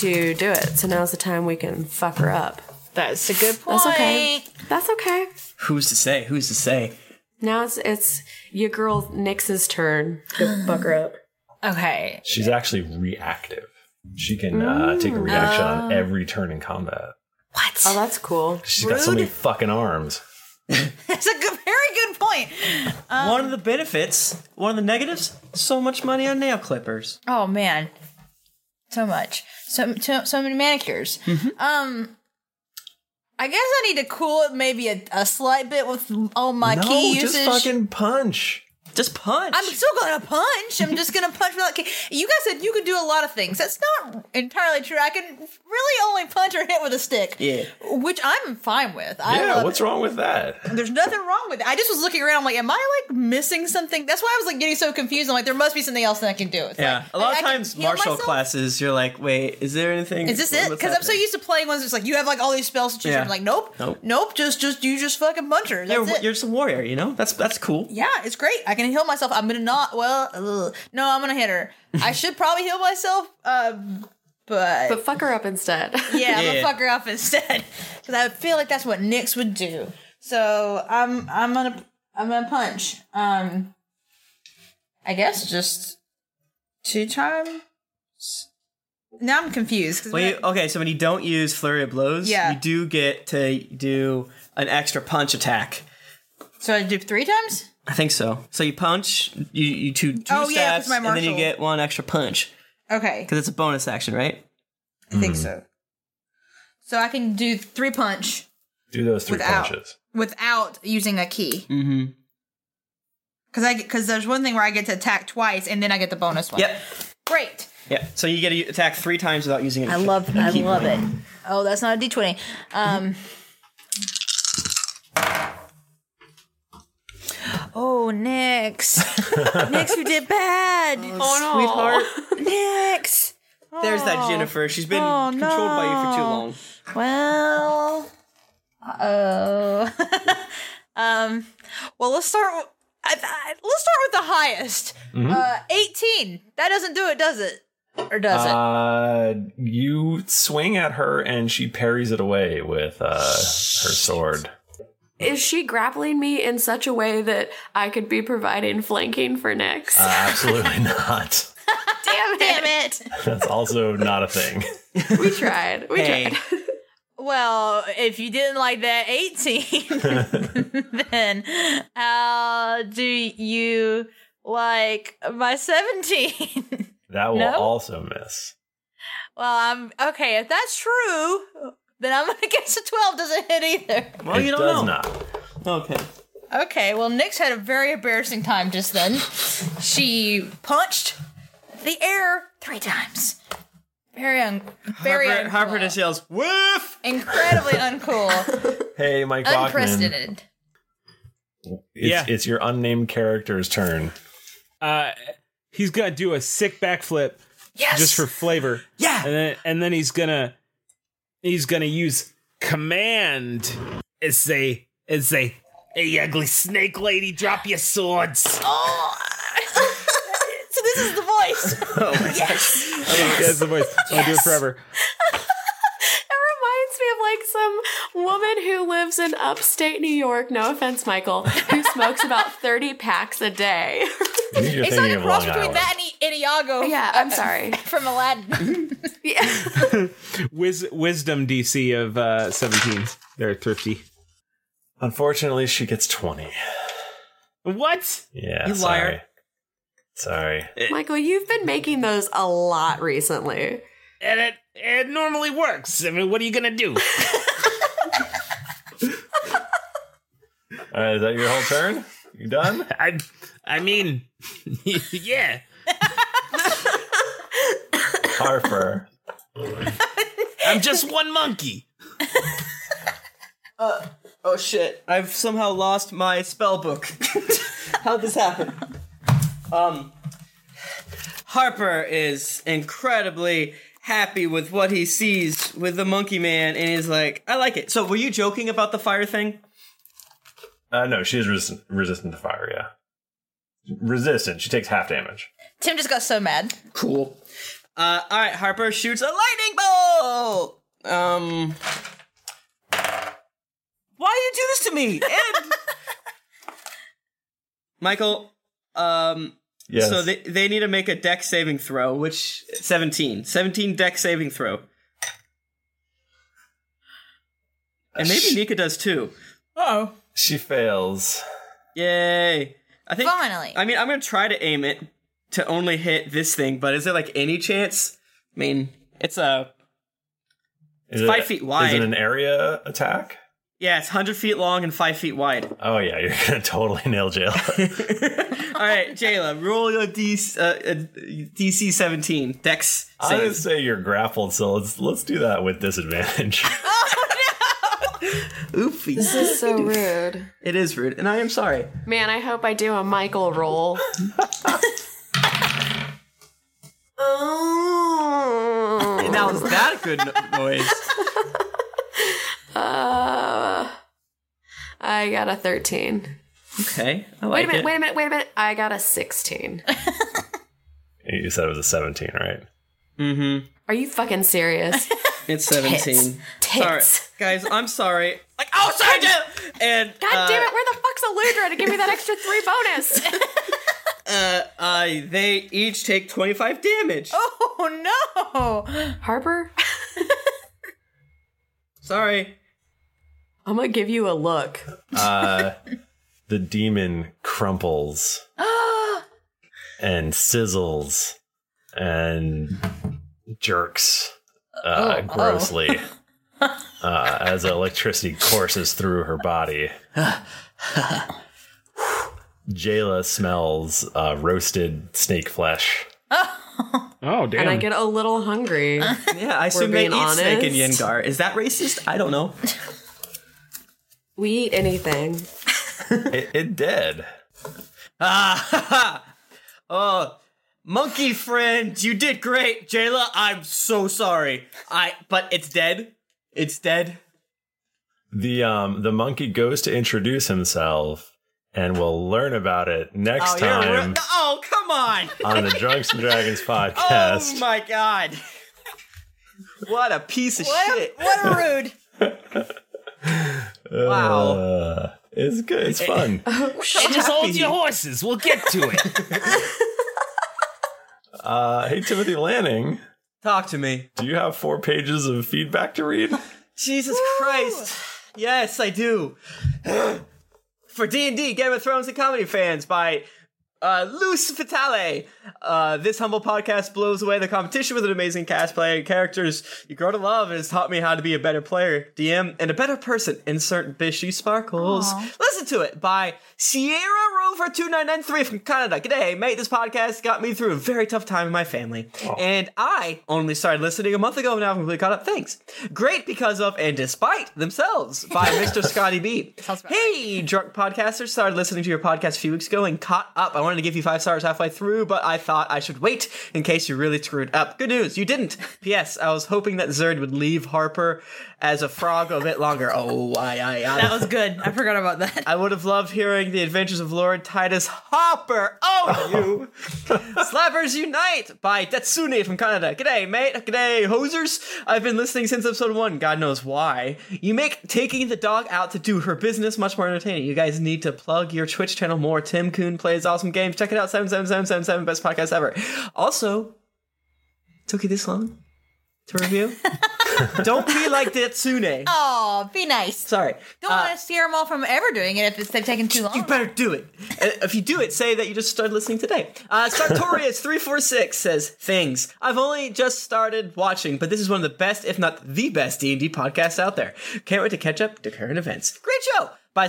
Speaker 2: to do it. So now's the time we can fuck her up.
Speaker 6: That's a good
Speaker 2: That's okay. That's okay.
Speaker 5: Who's to say? Who's to say?
Speaker 2: Now it's it's your girl Nix's turn
Speaker 6: *sighs*
Speaker 2: to fuck her up.
Speaker 6: Okay.
Speaker 1: She's actually reactive. She can uh, take a reaction on
Speaker 5: Ah.
Speaker 2: Oh.
Speaker 1: every turn in combat.
Speaker 6: What?
Speaker 2: Oh, that's cool.
Speaker 1: She's got so many fucking arms.
Speaker 6: *laughs* That's a good, very good point. Um,
Speaker 5: one of the benefits, one of the negatives, so much money on nail clippers.
Speaker 6: Oh man, so much, so so, so many manicures.
Speaker 1: Mm-hmm.
Speaker 6: Um, I guess I need to cool it maybe a, a slight bit with all my
Speaker 1: no,
Speaker 6: key
Speaker 1: just
Speaker 6: usage.
Speaker 1: fucking punch.
Speaker 5: Just punch.
Speaker 6: I'm still gonna punch. I'm just gonna punch without key. You guys said you could do a lot of things. That's not entirely true. I can really only punch or hit with a stick,
Speaker 1: Yeah.
Speaker 6: which I'm fine with. I
Speaker 1: Yeah,
Speaker 6: love
Speaker 1: what's
Speaker 6: it.
Speaker 1: wrong with that?
Speaker 6: There's nothing wrong with it. I just was looking around. I'm like, am I like missing something? That's why I was like getting so confused. I'm like, there must be something else that I can do. It's
Speaker 5: yeah,
Speaker 6: like,
Speaker 5: a lot
Speaker 6: I- I
Speaker 5: of
Speaker 6: can
Speaker 5: times
Speaker 6: heal
Speaker 5: martial
Speaker 6: myself.
Speaker 5: classes, you're like, wait, is there anything?
Speaker 6: Is this it?
Speaker 5: what's
Speaker 6: Because I'm so
Speaker 5: happening?
Speaker 6: used to playing ones that's like you have like all these spells to choose
Speaker 5: Yeah.
Speaker 6: from. Like, nope,
Speaker 5: Nope.
Speaker 6: nope. Just, just you just fucking punch her. That's
Speaker 5: You're,
Speaker 6: it.
Speaker 5: you're just a warrior, you know. That's that's cool.
Speaker 6: Yeah, it's great. I can heal myself. I'm gonna not. Well, ugh. no, I'm gonna hit her.
Speaker 5: *laughs*
Speaker 6: I should probably heal myself. Uh, but
Speaker 2: But fuck her up instead.
Speaker 6: *laughs* yeah, I'm gonna
Speaker 2: Yeah.
Speaker 6: fuck her up instead *laughs* because I feel like that's what Nyx would do. So I'm, I'm gonna, I'm gonna punch. Um, I guess just two times. Now I'm confused. 'cause
Speaker 5: Well, you, okay, so when you don't use flurry of blows,
Speaker 6: Yeah.
Speaker 5: you do get to do an extra punch attack.
Speaker 6: So I do three times.
Speaker 5: I think so. So you punch, you you two two
Speaker 6: Oh, yeah, 'cause
Speaker 5: stabs,
Speaker 6: my
Speaker 5: and then you
Speaker 6: martial-
Speaker 5: get one extra punch
Speaker 6: Okay.
Speaker 5: because it's a bonus action, right?
Speaker 6: I think so.
Speaker 1: Mm-hmm.
Speaker 6: So I can do three punch
Speaker 1: Do those three
Speaker 6: Without.
Speaker 1: punches.
Speaker 6: without using a key.
Speaker 5: Mm-hmm.
Speaker 6: Cause I cause there's one thing where I get to attack twice and then I get the bonus one.
Speaker 5: Yep.
Speaker 6: Great.
Speaker 5: Yeah. So you get to attack three times without using it.
Speaker 6: I love I love it. Oh, that's not a D twenty. Um *laughs* Oh
Speaker 5: *laughs*
Speaker 6: Nix. Nix you did bad.
Speaker 5: Oh,
Speaker 6: no. Nix.
Speaker 5: There's that Jennifer. She's been
Speaker 6: Oh,
Speaker 5: controlled by you for too
Speaker 6: no.
Speaker 5: long.
Speaker 6: Well, uh oh. *laughs* um, well, let's start. w- I, I, let's start with the highest.
Speaker 5: Mm-hmm.
Speaker 1: Mhm.
Speaker 6: Uh, eighteen. That doesn't do it, does it? Or does it?
Speaker 1: Uh, you swing at her and she parries it away with uh, her sword.
Speaker 2: Is she grappling me in such a way that I could be providing flanking for Nix?
Speaker 1: Uh, absolutely *laughs* not.
Speaker 6: *laughs* Damn it! Damn it!
Speaker 1: That's also not a thing.
Speaker 2: We tried. We
Speaker 1: Hey.
Speaker 2: tried.
Speaker 6: *laughs* Well, if you didn't like that eighteen, *laughs* then how do you like my seventeen? *laughs*
Speaker 1: That will
Speaker 6: No?
Speaker 1: also miss.
Speaker 6: well, I'm okay. If that's true, then I'm gonna *laughs* guess a twelve doesn't hit either.
Speaker 5: Well,
Speaker 1: it
Speaker 5: you don't know.
Speaker 1: does not.
Speaker 5: Okay.
Speaker 6: Okay, well, Nyx had a very embarrassing time just then. She punched the air three times. Very un- very
Speaker 5: Harper,
Speaker 6: un-
Speaker 5: Harper just yells, "Woof!"
Speaker 6: incredibly uncool,
Speaker 5: *laughs*
Speaker 1: Hey, Mike Bachman.
Speaker 6: unprecedented.
Speaker 1: It's,
Speaker 4: Yeah.
Speaker 1: it's your unnamed character's turn.
Speaker 4: Uh, he's gonna do a sick backflip,
Speaker 6: yes!
Speaker 4: just for flavor.
Speaker 5: Yeah,
Speaker 4: and then and then he's gonna he's gonna use command. It's a it's a hey ugly snake lady, drop your swords. *laughs*
Speaker 6: Oh, so this is the voice.
Speaker 5: *laughs* Oh
Speaker 6: yes, *laughs*
Speaker 4: that's the voice. I'll do it forever.
Speaker 2: It reminds me of like some woman who lives in upstate New York, no offense, Michael,
Speaker 6: *laughs*
Speaker 2: who smokes about 30 packs a
Speaker 4: *laughs*
Speaker 2: day.
Speaker 1: You're
Speaker 6: it's like
Speaker 1: thinking
Speaker 6: a
Speaker 1: of
Speaker 6: cross
Speaker 1: Long
Speaker 6: between
Speaker 1: Island.
Speaker 6: that and I- Iago.
Speaker 2: Yeah, I'm sorry.
Speaker 6: *laughs* from Aladdin.
Speaker 4: Wis- wisdom DC of uh, seventeen. They're thrifty.
Speaker 1: Unfortunately, she gets 20.
Speaker 4: What?
Speaker 1: Yeah.
Speaker 4: You liar. Eh.
Speaker 1: Sorry. Sorry. *laughs*
Speaker 2: Michael, you've been making those a lot recently.
Speaker 4: And it it normally works. I mean, what are you gonna
Speaker 1: *laughs*
Speaker 4: do?
Speaker 1: All right, Uh, is that your whole turn? You done?
Speaker 4: *laughs* I I mean, *laughs* yeah.
Speaker 1: Harper.
Speaker 4: I'm
Speaker 6: *laughs*
Speaker 4: just one monkey.
Speaker 5: Uh, oh shit! I've somehow lost my spell book. *laughs* How'd this happen? Um, Harper is incredibly happy with what he sees with the monkey man, and he's like, "I like it." So, were you joking about the fire thing?
Speaker 1: Uh, no, she is resist- resistant to fire, yeah. resistant. She takes half damage.
Speaker 6: Tim just got so mad.
Speaker 5: Cool. Uh, all right, Harper shoots a lightning bolt. Um, why you do this to me? And Michael, um,
Speaker 1: Yes.
Speaker 5: so they they need to make a deck saving throw, which 17. 17 deck saving throw. And maybe Nika does too.
Speaker 6: Oh.
Speaker 1: She fails.
Speaker 5: Yay. I think
Speaker 6: Finally.
Speaker 5: I mean, I'm going to try to aim it to only hit this thing, but is there like any chance? I mean, it's a It's
Speaker 1: it-
Speaker 5: five feet
Speaker 1: Is
Speaker 5: wide.
Speaker 1: it an area attack?
Speaker 5: yeah, it's 100 feet long and 5 feet wide.
Speaker 1: Oh yeah, *laughs* you're gonna totally nail jail. *laughs*
Speaker 5: All right, Jayla, roll your D, uh, uh, DC 17 Dex
Speaker 1: I would
Speaker 5: save.
Speaker 1: say you're grappled, so let's let's do that with disadvantage. *laughs*
Speaker 5: Oofy.
Speaker 2: This is so rude.
Speaker 5: It is rude, and I am sorry.
Speaker 2: Man, I hope I do a Michael
Speaker 4: *laughs*
Speaker 2: roll. *laughs* oh.
Speaker 5: Now is that a good no-
Speaker 2: *laughs*
Speaker 5: noise?
Speaker 2: Uh, I got a 13.
Speaker 5: Okay, I
Speaker 2: wait
Speaker 1: like
Speaker 2: a minute,
Speaker 1: it.
Speaker 2: wait a minute, wait a minute. I got a 16.
Speaker 1: you said it was a 17, right?
Speaker 5: Mm-hmm.
Speaker 2: Are you fucking serious?
Speaker 5: It's 17.
Speaker 2: Tits.
Speaker 5: Sorry. Guys, I'm sorry. *laughs* Like, oh, sorry, Jayla! And,
Speaker 2: God
Speaker 5: uh,
Speaker 2: damn it, where the fuck's Aludra to give me that extra three bonus?
Speaker 5: Uh, uh, they each take 25 damage.
Speaker 6: Oh no!
Speaker 2: Harper?
Speaker 5: Sorry.
Speaker 2: I'm gonna give you a look.
Speaker 1: Uh, the demon crumples and sizzles and jerks uh,
Speaker 6: Oh, oh.
Speaker 1: grossly uh, as electricity courses through her body. Jayla smells uh, roasted snake flesh.
Speaker 4: Oh,
Speaker 2: And I get a little hungry.
Speaker 5: *laughs* yeah, I assume they eat snake in Yengar. Is that racist? I don't know.
Speaker 2: We eat anything.
Speaker 1: *laughs* it, it did.
Speaker 5: Ah, ha, ha. *laughs* oh, monkey friend, you did great, Jayla. I'm so sorry. I, but it's dead. It's dead.
Speaker 1: The um the monkey goes to introduce himself, and we'll learn about it next
Speaker 5: oh, you're re- *laughs*
Speaker 1: time
Speaker 5: oh, come on.
Speaker 1: on the
Speaker 2: *laughs*
Speaker 1: Drunks and Dragons
Speaker 5: oh
Speaker 1: podcast.
Speaker 5: my god. *laughs* What a piece of shit.
Speaker 6: What a rude.
Speaker 1: wow, Uh, it's good. *laughs*
Speaker 5: Eh, *laughs*
Speaker 1: It's fun.
Speaker 5: Oh,
Speaker 10: Hey, just hold your horses. We'll get to it.
Speaker 1: *laughs* Uh, hey, Timothy Lanning,
Speaker 5: talk to me.
Speaker 1: Do you have four pages of feedback to
Speaker 5: *laughs*
Speaker 1: read?
Speaker 5: Jesus Christ. Yes, I do. *gasps* For D&D, Game of Thrones and comedy fans by uh, Luce Fatale. Uh, this humble podcast blows away the competition with an amazing cast play and characters you grow to love and has taught me how to be a better player, DM, and a better person. Insert Bishy Sparkles.
Speaker 10: Aw.
Speaker 5: Listen to it by Sierra Rover2993 from Canada. G'day, mate. This podcast got me through a very tough time in my family. And I only started listening a month ago and now I'm completely caught up. Thanks. Great because of and despite themselves by Mr. Scotty B. Hey, drunk podcasters. Started listening to your podcast a few weeks ago and caught up. I wanted to give you five stars halfway through, but I thought I should wait in case you really screwed up. Good news, you didn't. P.S. I was hoping that Zerd would leave Harper as a frog a bit longer. Oh, I, I, I.
Speaker 6: That was good. I forgot about that.
Speaker 5: I would have loved hearing the adventures of Lord Titus Hopper. Oh,
Speaker 6: *laughs*
Speaker 5: you! Slappers Unite by Detsune from Canada. G'day, mate. G'day, hosers. I've been listening since episode one. God knows why. You make taking the dog out to do her business much more entertaining. You guys need to plug your Twitch channel more. Tim Kuhn plays awesome games. Check it out. 77777, best podcast ever. Also, took you this long to
Speaker 6: *laughs*
Speaker 5: review? Don't be like Detsune.
Speaker 6: Oh, be nice.
Speaker 5: Sorry.
Speaker 6: Don't
Speaker 5: Uh,
Speaker 6: want to steer them all from ever doing it if it's, they've taken too long.
Speaker 5: You better do it. Uh, if you do it, say that you just started listening today. Uh, *laughs* Sartorius346 says, Things. I've only just started watching, but this is one of the best, if not the best, D&D podcasts out there. Can't wait to catch up to current events. Great show by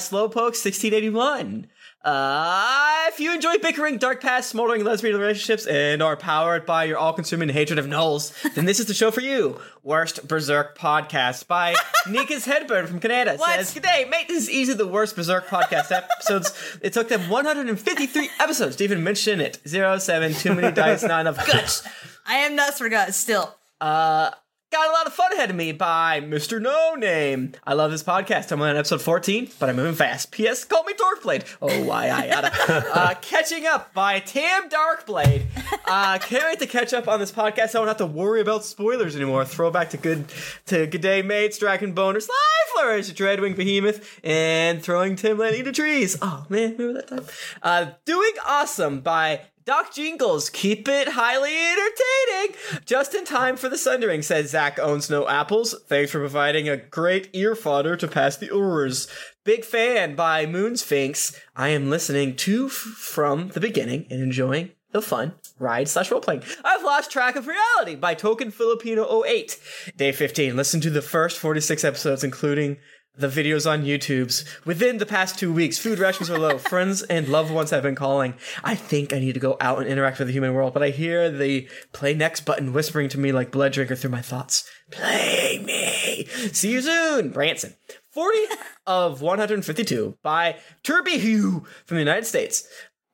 Speaker 5: Slowpoke1681. Uh, if you enjoy bickering, dark past, smoldering lesbian relationships, and are powered by your all-consuming hatred of gnolls, then this is the show for you. Worst Berserk Podcast by Nika's Headburn from Canada says, G'day, mate, this is easily the worst Berserk Podcast episodes. It took them 153 episodes to even mention it. Zero, seven, too many dice, not enough guts. *laughs*
Speaker 6: I am nuts for guts still.
Speaker 5: Uh, Got a lot of fun ahead of me by Mr. No Name. I love this podcast. I'm on episode 14, but I'm moving fast. P.S. Call me Darkblade. Oh, why I oughta. Uh, catching up by Tam Darkblade. Uh, can't wait to catch up on this podcast. I don't have to worry about spoilers anymore. Throwback to good to Good Day Mates, Dragon Boners, Live Flourish, Dreadwing Behemoth, and Throwing Timland Into Trees. Oh man, remember that time? Uh, Doing Awesome by Doc Jingles, keep it highly entertaining. Just in time for the sundering, says Zach owns no apples. Thanks for providing a great ear fodder to pass the oars. Big fan by Moonsphinx. I am listening to f- from the beginning and enjoying the fun ride slash role playing. I've lost track of reality by Token Filipino 08. Day 15. Listen to the first 46 episodes, including the videos on YouTube's within the past two weeks. Food rations are low. *laughs* Friends and loved ones have been calling. I think I need to go out and interact with the human world, but I hear the play next button whispering to me like blood drinker through my thoughts. Play me. See you soon, Branson. 40 of 152 by Turby Hugh from the United States.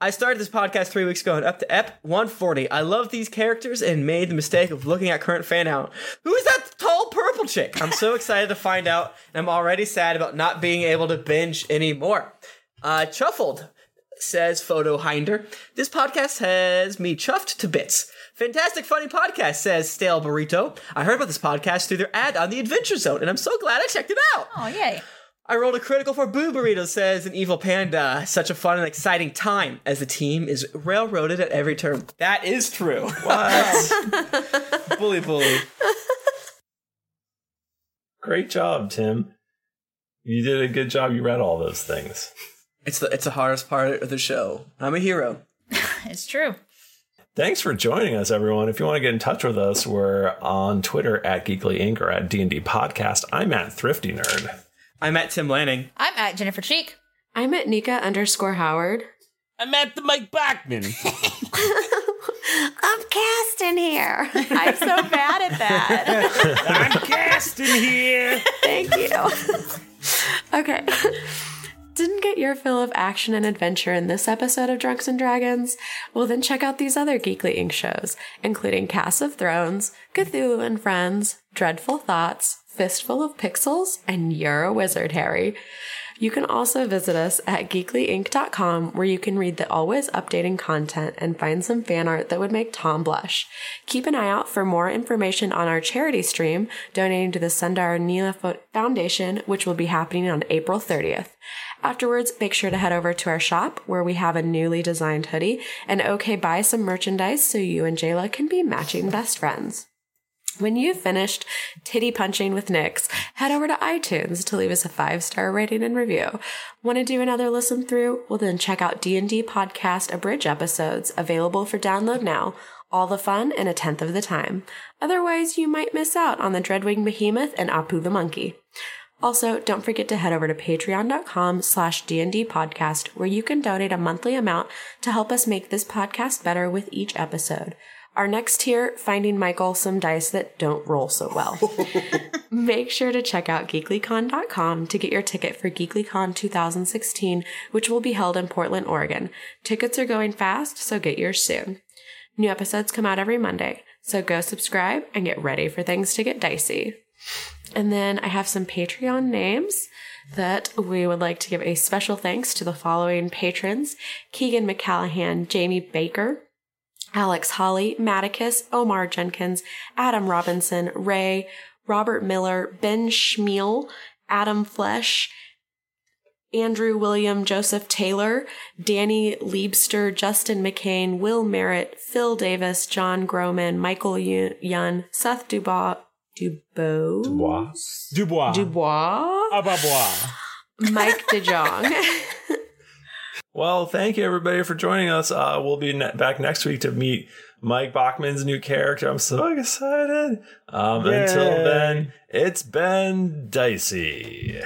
Speaker 5: I started this podcast three weeks ago and up to EP 140. I love these characters and made the mistake of looking at current fan out. Who is that tall purple chick? I'm so excited to find out, and I'm already sad about not being able to binge anymore. Uh, Chuffled says Photo Hinder. This podcast has me chuffed to bits. Fantastic funny podcast, says Stale Burrito. I heard about this podcast through their ad on the Adventure Zone, and I'm so glad I checked it out.
Speaker 6: Oh, yay.
Speaker 5: I rolled a critical for Boo Burrito, says an evil panda. Such a fun and exciting time as the team is railroaded at every turn. That is true. *laughs* What? bully, bully.
Speaker 1: *laughs* Great job, Tim. You did a good job. You read all those things.
Speaker 5: It's the it's the hardest part of the show. I'm a hero.
Speaker 6: *laughs* It's true.
Speaker 1: Thanks for joining us, everyone. If you want to get in touch with us, we're on Twitter at Geekly Inc. or at D&D Podcast. I'm at Thrifty Nerd.
Speaker 5: I'm at Tim Lanning.
Speaker 6: I'm at Jennifer Cheek.
Speaker 2: I'm at Nika underscore Howard.
Speaker 10: I'm at the Mike Bachman.
Speaker 2: I'm cast in here. *laughs* I'm so bad at that.
Speaker 11: *laughs*
Speaker 10: I'm cast in here.
Speaker 2: *laughs* Thank you. okay. *laughs* Didn't get your fill of action and adventure in this episode of Drunks and Dragons? Well, then check out these other Geekly Inc. shows, including Cast of Thrones, Cthulhu and Friends, Dreadful Thoughts, Fistful of Pixels, and You're a Wizard, Harry. You can also visit us at geeklyinc.com where you can read the always updating content and find some fan art that would make Tom blush. Keep an eye out for more information on our charity stream donating to the Sundar Neela Fo- Foundation, which will be happening on April 30th. Afterwards, make sure to head over to our shop where we have a newly designed hoodie and okay buy some merchandise so you and Jayla can be matching best friends. When you've finished titty punching with Nix, head over to iTunes to leave us a five-star rating and review. Want to do another listen through? Well, then check out D&D Podcast Abridge episodes available for download now. All the fun in a tenth of the time. Otherwise, you might miss out on the Dreadwing Behemoth and Apu the Monkey. Also, don't forget to head over to patreon.com slash D&D podcast where you can donate a monthly amount to help us make this podcast better with each episode. Our next tier, finding Michael some dice that don't roll so well. *laughs* Make sure to check out geeklycon.com to get your ticket for GeeklyCon 2016, which will be held in Portland, Oregon. Tickets are going fast, so get yours soon. New episodes come out every Monday, so go subscribe and get ready for things to get dicey. And then I have some Patreon names that we would like to give a special thanks to the following patrons Keegan McCallahan, Jamie Baker, Alex Holly, Maticus, Omar Jenkins, Adam Robinson, Ray, Robert Miller, Ben Schmiel, Adam Flesh, Andrew William, Joseph Taylor, Danny Liebster, Justin McCain, Will Merritt, Phil Davis, John Groman, Michael Yu- Yun, Seth Dubois, Dubois,
Speaker 4: Dubois. Dubois.
Speaker 2: Dubois,
Speaker 4: Ababois.
Speaker 2: Mike *laughs* DeJong.
Speaker 1: Well, thank you everybody for joining us. Uh, we'll be ne- back next week to meet Mike Bachman's new character. I'm so excited. Um,
Speaker 10: Yay.
Speaker 1: until then, it's been dicey.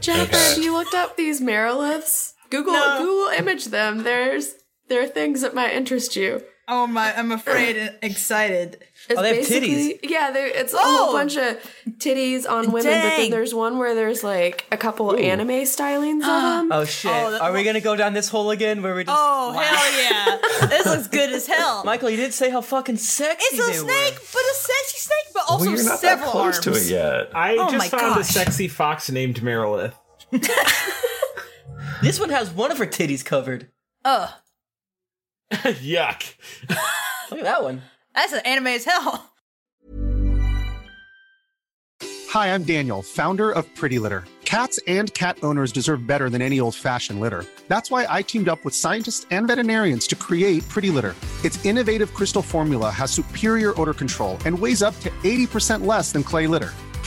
Speaker 2: Jack,
Speaker 1: Okay.
Speaker 2: have you looked up these meriliths? Google
Speaker 6: No.
Speaker 2: Google image them. There's there are things that might interest you.
Speaker 6: Oh my! I'm afraid and excited.
Speaker 2: It's
Speaker 6: Oh, they have
Speaker 2: basically-
Speaker 6: titties.
Speaker 2: Yeah, they, it's a
Speaker 6: Oh!
Speaker 2: whole bunch of titties on women, but
Speaker 6: Dang.
Speaker 2: then there's one where there's like a couple
Speaker 5: Ooh.
Speaker 2: anime stylings of
Speaker 6: *gasps* Um,
Speaker 2: them.
Speaker 5: Oh shit! Are we gonna go down this hole again? Where we just?
Speaker 6: Oh hell yeah! this looks good as hell.
Speaker 5: Michael, you did say how fucking sexy
Speaker 6: It's a
Speaker 5: they
Speaker 6: *laughs*
Speaker 5: were.
Speaker 6: snake, but a sexy snake, but also
Speaker 5: Well, you're not that
Speaker 6: several
Speaker 5: close
Speaker 6: arms.
Speaker 5: to it
Speaker 1: yet.
Speaker 4: I
Speaker 6: Oh my
Speaker 4: just found
Speaker 6: gosh.
Speaker 4: a sexy fox named Merilith.
Speaker 5: *laughs* This one has one of her titties covered.
Speaker 6: Ugh,
Speaker 4: Yuck.
Speaker 5: Look at that one.
Speaker 6: that's an anime as hell.
Speaker 12: Hi, I'm Daniel, founder of Pretty Litter. Cats and cat owners deserve better than any old fashioned litter. That's why I teamed up with scientists and veterinarians to create Pretty Litter. Its innovative crystal formula has superior odor control and weighs up to 80% less than clay litter.